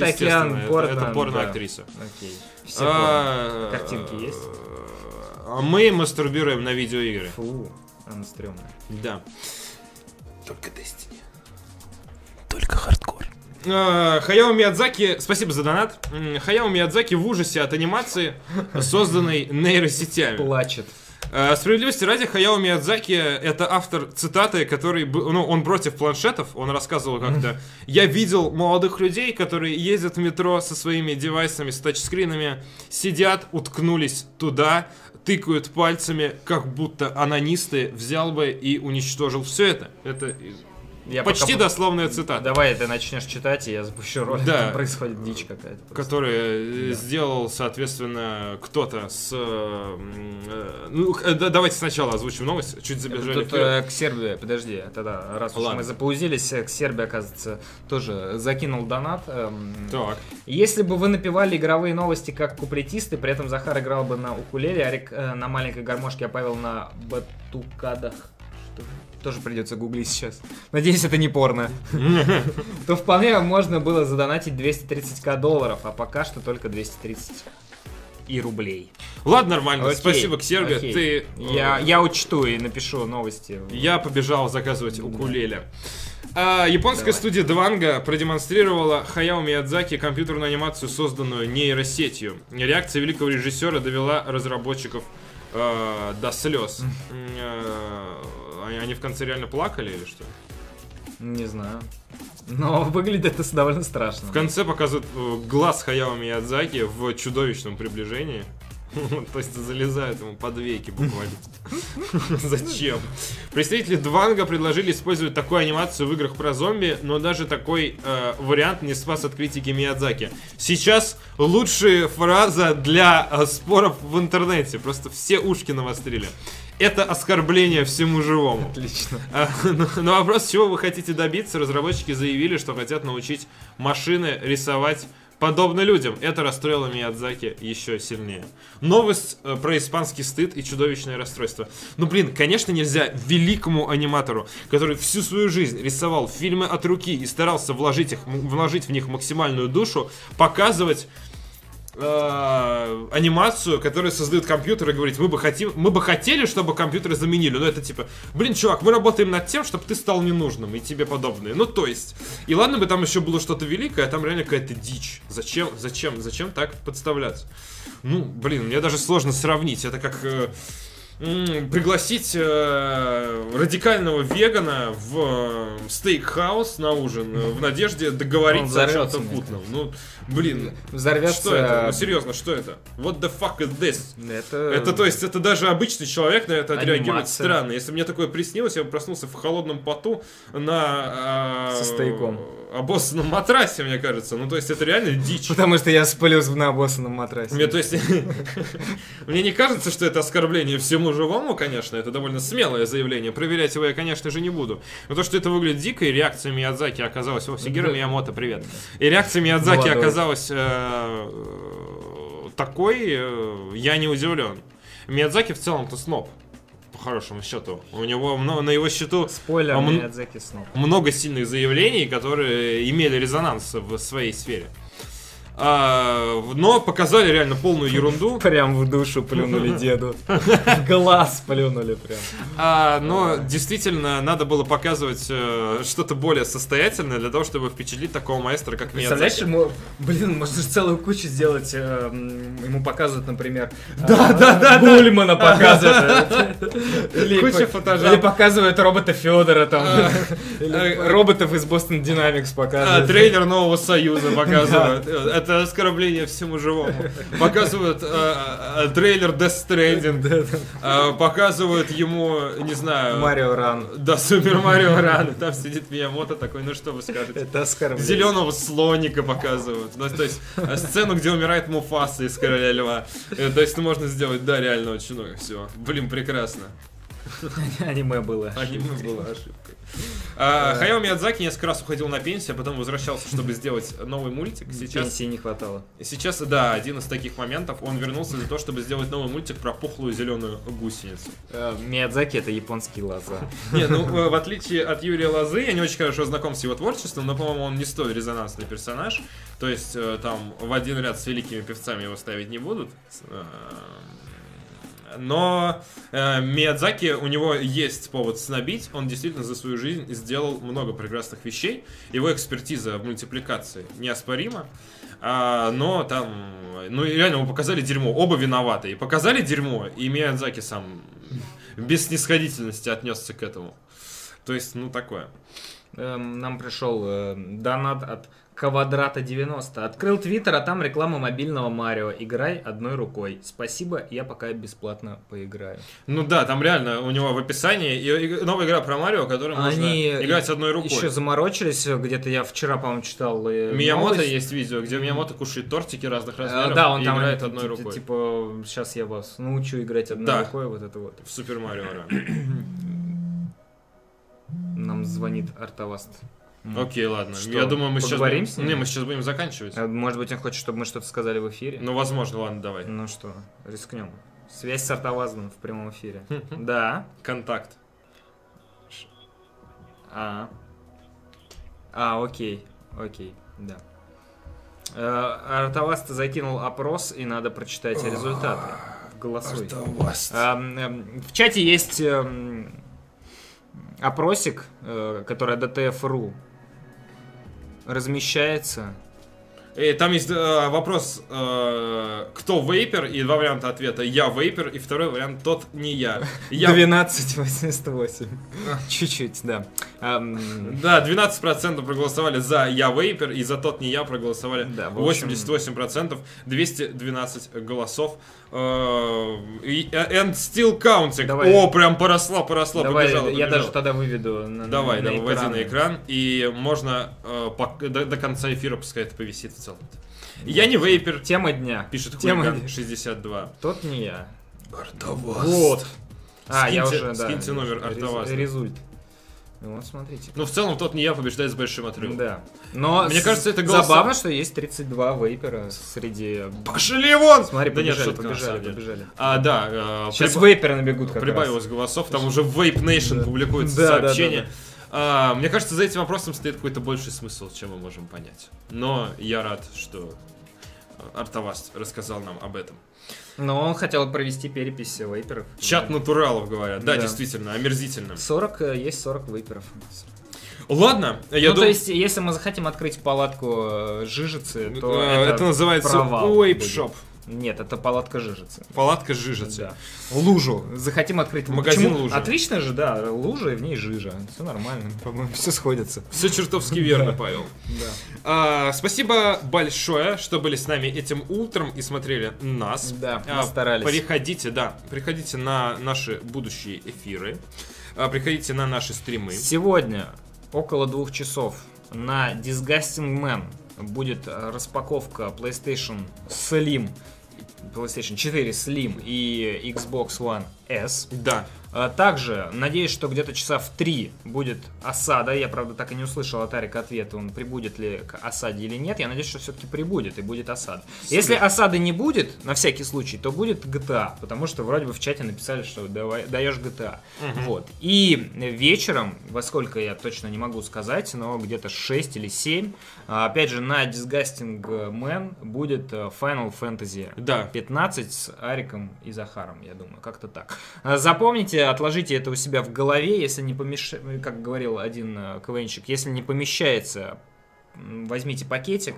[SPEAKER 1] Ну, естественно,
[SPEAKER 2] Океан,
[SPEAKER 1] это-
[SPEAKER 2] порно.
[SPEAKER 1] Это
[SPEAKER 2] да.
[SPEAKER 1] порно-актриса.
[SPEAKER 2] Окей. Все порно.
[SPEAKER 1] А,
[SPEAKER 2] Картинки есть?
[SPEAKER 1] А мы мастурбируем на видеоигры.
[SPEAKER 2] Фу, она стрёмная.
[SPEAKER 1] Да.
[SPEAKER 3] Только Destiny. Только хардкор.
[SPEAKER 1] Э, Хаяо Миядзаки, спасибо за донат. М, Хаяо Миядзаки в ужасе от анимации, созданной нейросетями.
[SPEAKER 2] Плачет.
[SPEAKER 1] Э, Справедливости ради, Хаяо Миядзаки это автор цитаты, который, был- ну, он против планшетов, он рассказывал как-то. Я видел молодых людей, которые ездят в метро со своими девайсами, с тачскринами, сидят, уткнулись туда, тыкают пальцами, как будто анонисты взял бы и уничтожил все это. Это
[SPEAKER 2] Я
[SPEAKER 1] почти
[SPEAKER 2] пока-
[SPEAKER 1] дословная цитата.
[SPEAKER 2] Давай, ты начнешь читать, и я запущу ролик.
[SPEAKER 1] Да.
[SPEAKER 2] Там происходит дичь какая-то. просто.
[SPEAKER 1] которые э,
[SPEAKER 2] Да.
[SPEAKER 1] сделал, соответственно, кто-то с... э, м, э, Ну, х- э, да- давайте сначала озвучим новость, чуть забежали
[SPEAKER 2] Тут
[SPEAKER 1] вперед.
[SPEAKER 2] э, к Сербии, подожди, а тогда, раз уж
[SPEAKER 1] Ладно.
[SPEAKER 2] мы запаузились, э, к Сербии, оказывается, тоже закинул донат. эм,
[SPEAKER 1] Так,
[SPEAKER 2] Если бы вы напевали игровые новости как куплетисты, при этом Захар играл бы на укулеле, Арик э, на маленькой гармошке, а Павел на батукадах. Что? Тоже придется гуглить сейчас. Надеюсь, это не порно. То вполне можно было задонатить 230к долларов, а пока что только 230 и рублей.
[SPEAKER 1] ладно, нормально,
[SPEAKER 2] Окей,
[SPEAKER 1] спасибо, Ксербе,
[SPEAKER 2] окей.
[SPEAKER 1] ты... э,
[SPEAKER 2] Я, я учту и напишу новости.
[SPEAKER 1] я побежал заказывать укулеле. А, японская
[SPEAKER 2] Давай.
[SPEAKER 1] студия Дванга продемонстрировала Хаяо Миядзаки компьютерную анимацию, созданную нейросетью. Реакция великого режиссера довела разработчиков э, до слез. М, э, они- Они в конце реально плакали или что?
[SPEAKER 2] Не знаю. Но выглядит это с- довольно страшно.
[SPEAKER 1] В конце показывают э, глаз Хаяо Миядзаки в чудовищном приближении. То есть залезают ему под веки буквально. Зачем? Представители Дванга предложили использовать такую анимацию в играх про зомби, но даже такой э, вариант не спас от критики Миядзаки. Сейчас лучшая фраза для э, споров в интернете. Просто все ушки навострили. Это оскорбление всему живому.
[SPEAKER 2] Отлично.
[SPEAKER 1] А, на- На вопрос, чего вы хотите добиться, разработчики заявили, что хотят научить машины рисовать подобно людям. Это расстроило Миядзаки еще сильнее. Новость э, про испанский стыд и чудовищное расстройство. Ну, блин, конечно, нельзя великому аниматору, который всю свою жизнь рисовал фильмы от руки и старался вложить, их, м- вложить в них максимальную душу, показывать э, анимацию, которую создают компьютеры, и говорить, мы бы хотим, мы бы хотели, чтобы компьютеры заменили, но это типа, блин, чувак, мы работаем над тем, чтобы ты стал ненужным и тебе подобное. Ну то есть, и ладно бы там еще было что-то великое, а там реально какая-то дичь. Зачем, зачем, зачем так подставляться? Ну, блин, мне даже сложно сравнить. Это как э, м, пригласить э, радикального вегана в э, стейкхаус на ужин э, в надежде договориться о
[SPEAKER 2] взорвётся,
[SPEAKER 1] чем-то
[SPEAKER 2] мне
[SPEAKER 1] путном. Ну, блин,
[SPEAKER 2] Взорвется...
[SPEAKER 1] что это? Ну, серьезно, что это? What the fuck is this?
[SPEAKER 2] Это...
[SPEAKER 1] Это, то есть, это даже обычный человек на это отреагирует
[SPEAKER 2] Анимация.
[SPEAKER 1] странно. Если мне такое приснилось, я бы проснулся в холодном поту на... а,
[SPEAKER 2] Со стояком.
[SPEAKER 1] Обоссанном матрасе, мне кажется. Ну, то есть, это реально дичь.
[SPEAKER 2] Потому что я сплю на обоссанном матрасе.
[SPEAKER 1] Мне, то есть, мне не кажется, что это оскорбление всему живому, конечно, это довольно смелое заявление. Проверять его я, конечно же, не буду. Но то, что это выглядит дико, и реакция Миядзаки оказалась... О, Сигера
[SPEAKER 2] Да.
[SPEAKER 1] Миямото, привет. И реакция Миядзаки
[SPEAKER 2] Молодой.
[SPEAKER 1] оказалась э, э, такой, э, я не удивлен. Миядзаки в целом-то сноб, по хорошему счету. У него, мно- на его счету
[SPEAKER 2] Спойлер,
[SPEAKER 1] А мн-
[SPEAKER 2] Миядзаки снова.
[SPEAKER 1] много сильных заявлений, которые имели резонанс в своей сфере. А, но показали реально полную ерунду.
[SPEAKER 2] Прям в душу плюнули деду. В глаз плюнули прям.
[SPEAKER 1] А, но действительно надо было показывать э, что-то более состоятельное для того, чтобы впечатлить такого маэстро, как
[SPEAKER 2] Представляешь,
[SPEAKER 1] Миядзаки.
[SPEAKER 2] ему, блин, можно же целую кучу сделать. э, м, ему показывают, например,
[SPEAKER 1] Да, да, да, да.
[SPEAKER 2] Гульмана показывают. Или
[SPEAKER 1] Куча
[SPEAKER 2] по-
[SPEAKER 1] фотожаб.
[SPEAKER 2] Или показывают робота Федора там.
[SPEAKER 1] А,
[SPEAKER 2] Или
[SPEAKER 1] а,
[SPEAKER 2] роботов из Boston Dynamics
[SPEAKER 1] А,
[SPEAKER 2] показывают.
[SPEAKER 1] трейлер Нового Союза показывают. Э, Это оскорбление всему живому. Показывают э, э, трейлер Death Stranding.
[SPEAKER 2] Да, да.
[SPEAKER 1] Э, Показывают ему, не знаю...
[SPEAKER 2] Марио Ран.
[SPEAKER 1] Да, Супер Марио Ран. Там сидит Миямото такой, ну что вы скажете?
[SPEAKER 2] Это оскорбление.
[SPEAKER 1] Зеленого слоника показывают. Ну, то есть э, сцену, где умирает Муфаса из Короля Льва. Э, То есть ну, можно сделать, да, реально очень ну, много всего. Блин, прекрасно.
[SPEAKER 2] Аниме было.
[SPEAKER 1] Аниме было ошибкой. А,
[SPEAKER 2] Э.
[SPEAKER 1] Хаяо Миядзаки несколько раз уходил на пенсию, а потом возвращался, чтобы сделать новый мультик. Сейчас,
[SPEAKER 2] Пенсии не хватало.
[SPEAKER 1] сейчас, да, один из таких моментов. Он вернулся для того, чтобы сделать новый мультик про пухлую зеленую гусеницу.
[SPEAKER 2] Э, Миядзаки это японские лоза.
[SPEAKER 1] Не, ну э, в отличие от Юрия Лозы, я не очень хорошо знаком с его творчеством, но, по-моему, он не столь резонансный персонаж. То есть э, там в один ряд с великими певцами его ставить не будут. С, э, Но э, Миядзаки, у него есть повод снобить, он действительно за свою жизнь сделал много прекрасных вещей, его экспертиза в мультипликации неоспорима, А, но там, э, ну и реально ему показали дерьмо, оба виноваты, и показали дерьмо, и Миядзаки сам без снисходительности отнесся к этому. То есть, ну такое.
[SPEAKER 2] Эм, Нам пришел э, донат от Квадрата 90. Открыл твиттер, а там реклама мобильного Марио. Играй одной рукой. Спасибо, я пока бесплатно поиграю.
[SPEAKER 1] Ну да, там реально у него в описании и- и новая игра про Марио, которую можно
[SPEAKER 2] Они
[SPEAKER 1] играть одной рукой.
[SPEAKER 2] Еще заморочились, э, где-то я вчера, по-моему, читал. э,
[SPEAKER 1] Миямото
[SPEAKER 2] новость.
[SPEAKER 1] есть видео, где Миямото кушает тортики разных
[SPEAKER 2] Э,
[SPEAKER 1] размеров
[SPEAKER 2] Да, он
[SPEAKER 1] и
[SPEAKER 2] там
[SPEAKER 1] играет
[SPEAKER 2] т-
[SPEAKER 1] одной
[SPEAKER 2] т-
[SPEAKER 1] рукой
[SPEAKER 2] Типа, сейчас я вас научу играть одной
[SPEAKER 1] Да.
[SPEAKER 2] рукой, вот это вот.
[SPEAKER 1] в Супер Марио Ран.
[SPEAKER 2] Нам звонит Артоваст.
[SPEAKER 1] Окей, ладно.
[SPEAKER 2] Что,
[SPEAKER 1] Я думаю, мы сейчас
[SPEAKER 2] поговорим
[SPEAKER 1] будем...
[SPEAKER 2] с ним?
[SPEAKER 1] Не, мы сейчас будем заканчивать.
[SPEAKER 2] Э, Может быть, он хочет, чтобы мы что-то сказали в эфире?
[SPEAKER 1] Ну, возможно, ладно, давай.
[SPEAKER 2] Ну что, рискнем. Связь с Артовазом в прямом эфире. Да.
[SPEAKER 1] Контакт.
[SPEAKER 2] А. А, окей. Окей, да. Э, Артоваз ты закинул опрос, и надо прочитать результаты. Голосуй.
[SPEAKER 3] Артоваст.
[SPEAKER 2] Эм, эм, В чате есть эм, опросик, э, который от DTF.ru размещается.
[SPEAKER 1] Э, там есть э, вопрос, э, кто вейпер, и два варианта ответа. Я вейпер, и второй вариант тот не я. Я
[SPEAKER 2] 1288. Чуть-чуть, да. Эм,
[SPEAKER 1] Да, 12% проголосовали за «Я вейпер», и за «Тот не я» проголосовали
[SPEAKER 2] Да, в общем-
[SPEAKER 1] 88%, 212 голосов. Э, и- э, And still counting.
[SPEAKER 2] Давай.
[SPEAKER 1] О, прям поросла, поросла,
[SPEAKER 2] Давай,
[SPEAKER 1] побежала,
[SPEAKER 2] я даже
[SPEAKER 1] побежала.
[SPEAKER 2] тогда выведу на, на-
[SPEAKER 1] Давай,
[SPEAKER 2] на
[SPEAKER 1] да, выводи на экран, и можно э, пок- до, до конца эфира пускай это повисит в целом. Я не вейпер,
[SPEAKER 2] Тема дня.
[SPEAKER 1] пишет
[SPEAKER 2] Тема
[SPEAKER 1] Хулиган
[SPEAKER 2] дня.
[SPEAKER 1] 62.
[SPEAKER 2] Тот не я.
[SPEAKER 3] Артоваст.
[SPEAKER 2] А, я
[SPEAKER 1] Скиньте-
[SPEAKER 2] уже, да.
[SPEAKER 1] скиньте номер
[SPEAKER 2] рез-
[SPEAKER 1] Артоваза.
[SPEAKER 2] Результ. Ну вот, смотрите.
[SPEAKER 1] Ну, в целом, тот не я побеждает с большим отрывом.
[SPEAKER 2] Да. Но
[SPEAKER 1] Мне
[SPEAKER 2] с-
[SPEAKER 1] кажется, это голоса-
[SPEAKER 2] забавно, что есть 32 вейпера среди...
[SPEAKER 1] Пошли вон!
[SPEAKER 2] Смотри,
[SPEAKER 1] да нет,
[SPEAKER 2] побежали,
[SPEAKER 1] шутка, на
[SPEAKER 2] побежали,
[SPEAKER 1] самом деле.
[SPEAKER 2] побежали.
[SPEAKER 1] А, да, э,
[SPEAKER 2] Сейчас
[SPEAKER 1] прибав-
[SPEAKER 2] вейперы набегут как
[SPEAKER 1] прибавилось голосов, там уже Vape Nation
[SPEAKER 2] Да.
[SPEAKER 1] публикует
[SPEAKER 2] Да, да, да,
[SPEAKER 1] сообщение.
[SPEAKER 2] да.
[SPEAKER 1] А, мне кажется, за этим вопросом стоит какой-то больший смысл, чем мы можем понять. Но я рад, что Артоваст рассказал нам об этом.
[SPEAKER 2] раз. Но он хотел провести перепись вейперов.
[SPEAKER 1] Чат ну. натуралов, говорят. Да,
[SPEAKER 2] Да.
[SPEAKER 1] действительно, омерзительно.
[SPEAKER 2] 40, э, есть 40 вейперов.
[SPEAKER 1] Ладно, я
[SPEAKER 2] ну, то
[SPEAKER 1] думаю...
[SPEAKER 2] есть, если мы захотим открыть палатку э, жижицы,
[SPEAKER 1] э,
[SPEAKER 2] то
[SPEAKER 1] это, называется
[SPEAKER 2] провал
[SPEAKER 1] Vape
[SPEAKER 2] будет.
[SPEAKER 1] Shop.
[SPEAKER 2] Нет, это палатка жижицы.
[SPEAKER 1] Палатка жижется.
[SPEAKER 2] Да. Лужу. Захотим открыть
[SPEAKER 1] Магазин
[SPEAKER 2] Почему?
[SPEAKER 1] лужи.
[SPEAKER 2] Отлично же, да. Лужа и в ней жижа. Все нормально, по-моему, все сходится.
[SPEAKER 1] Все чертовски верно, Павел.
[SPEAKER 2] Да.
[SPEAKER 1] А, спасибо большое, что были с нами этим утром и смотрели нас.
[SPEAKER 2] Да,
[SPEAKER 1] А,
[SPEAKER 2] мы старались.
[SPEAKER 1] Приходите, да, приходите на наши будущие эфиры. а, Приходите на наши стримы.
[SPEAKER 2] Сегодня около двух часов на Disgusting Man будет э, распаковка PlayStation Slim, PlayStation 4 Slim и Xbox One S.
[SPEAKER 1] Да.
[SPEAKER 2] А Также, надеюсь, что где-то часа в 3 будет осада. Я, правда, так и не услышал от Арика ответа, он прибудет ли к осаде или нет. Я надеюсь, что все-таки прибудет и будет осада. Если осады не будет, на всякий случай, то будет GTA, потому что вроде бы в чате написали, что давай, даешь GTA. Вот. И вечером, во сколько я точно не могу сказать, но где-то 6 или 7, а, опять же, на Disgusting Man будет э, Final Fantasy
[SPEAKER 1] Да.
[SPEAKER 2] 15 с Ариком и Захаром, я думаю, как-то так. А, Запомните, отложите это у себя в голове, если не помещается, как говорил один э, КВНщик, если не помещается, м, возьмите пакетик.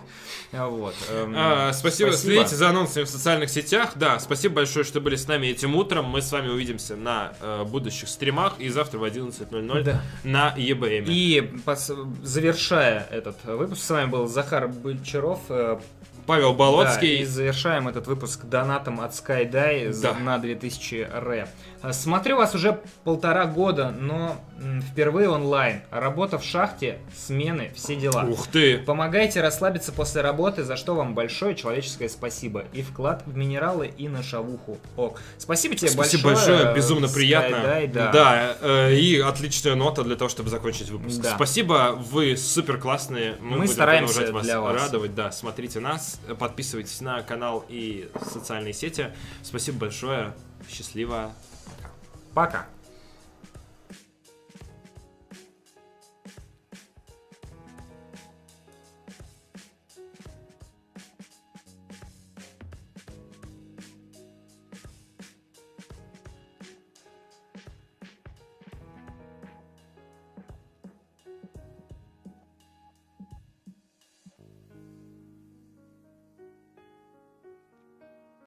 [SPEAKER 2] А, Вот. эм,
[SPEAKER 1] А, спасибо. Следите за анонсами в социальных сетях. Да, спасибо большое, что были с нами этим утром. Мы с вами увидимся на э, будущих стримах и завтра в 11.00
[SPEAKER 2] Да.
[SPEAKER 1] на EBM.
[SPEAKER 2] И пос- завершая этот выпуск, с вами был Захар Бычаров, э,
[SPEAKER 1] Павел
[SPEAKER 2] Да, и
[SPEAKER 1] Болоцкий.
[SPEAKER 2] завершаем этот выпуск донатом от SkyDie за-
[SPEAKER 1] Да.
[SPEAKER 2] на 2000 РЭ. А, Смотрю вас уже полтора года, но м, впервые онлайн. Работа в шахте, смены, все дела.
[SPEAKER 1] Ух ты!
[SPEAKER 2] Помогаете расслабиться после работы, за что вам большое человеческое спасибо. И вклад в минералы, и на шавуху. Ок. Спасибо тебе
[SPEAKER 1] Спасибо
[SPEAKER 2] большое.
[SPEAKER 1] большое, безумно
[SPEAKER 2] Sky
[SPEAKER 1] приятно.
[SPEAKER 2] Die, да.
[SPEAKER 1] э, и отличная нота для того, чтобы закончить выпуск.
[SPEAKER 2] Да.
[SPEAKER 1] Спасибо, вы супер классные.
[SPEAKER 2] Мы
[SPEAKER 1] Мы, будем
[SPEAKER 2] стараемся
[SPEAKER 1] продолжать вас,
[SPEAKER 2] для вас.
[SPEAKER 1] радовать. Да, смотрите нас, подписывайтесь на канал и социальные сети. Спасибо большое, счастливо.
[SPEAKER 2] Пока.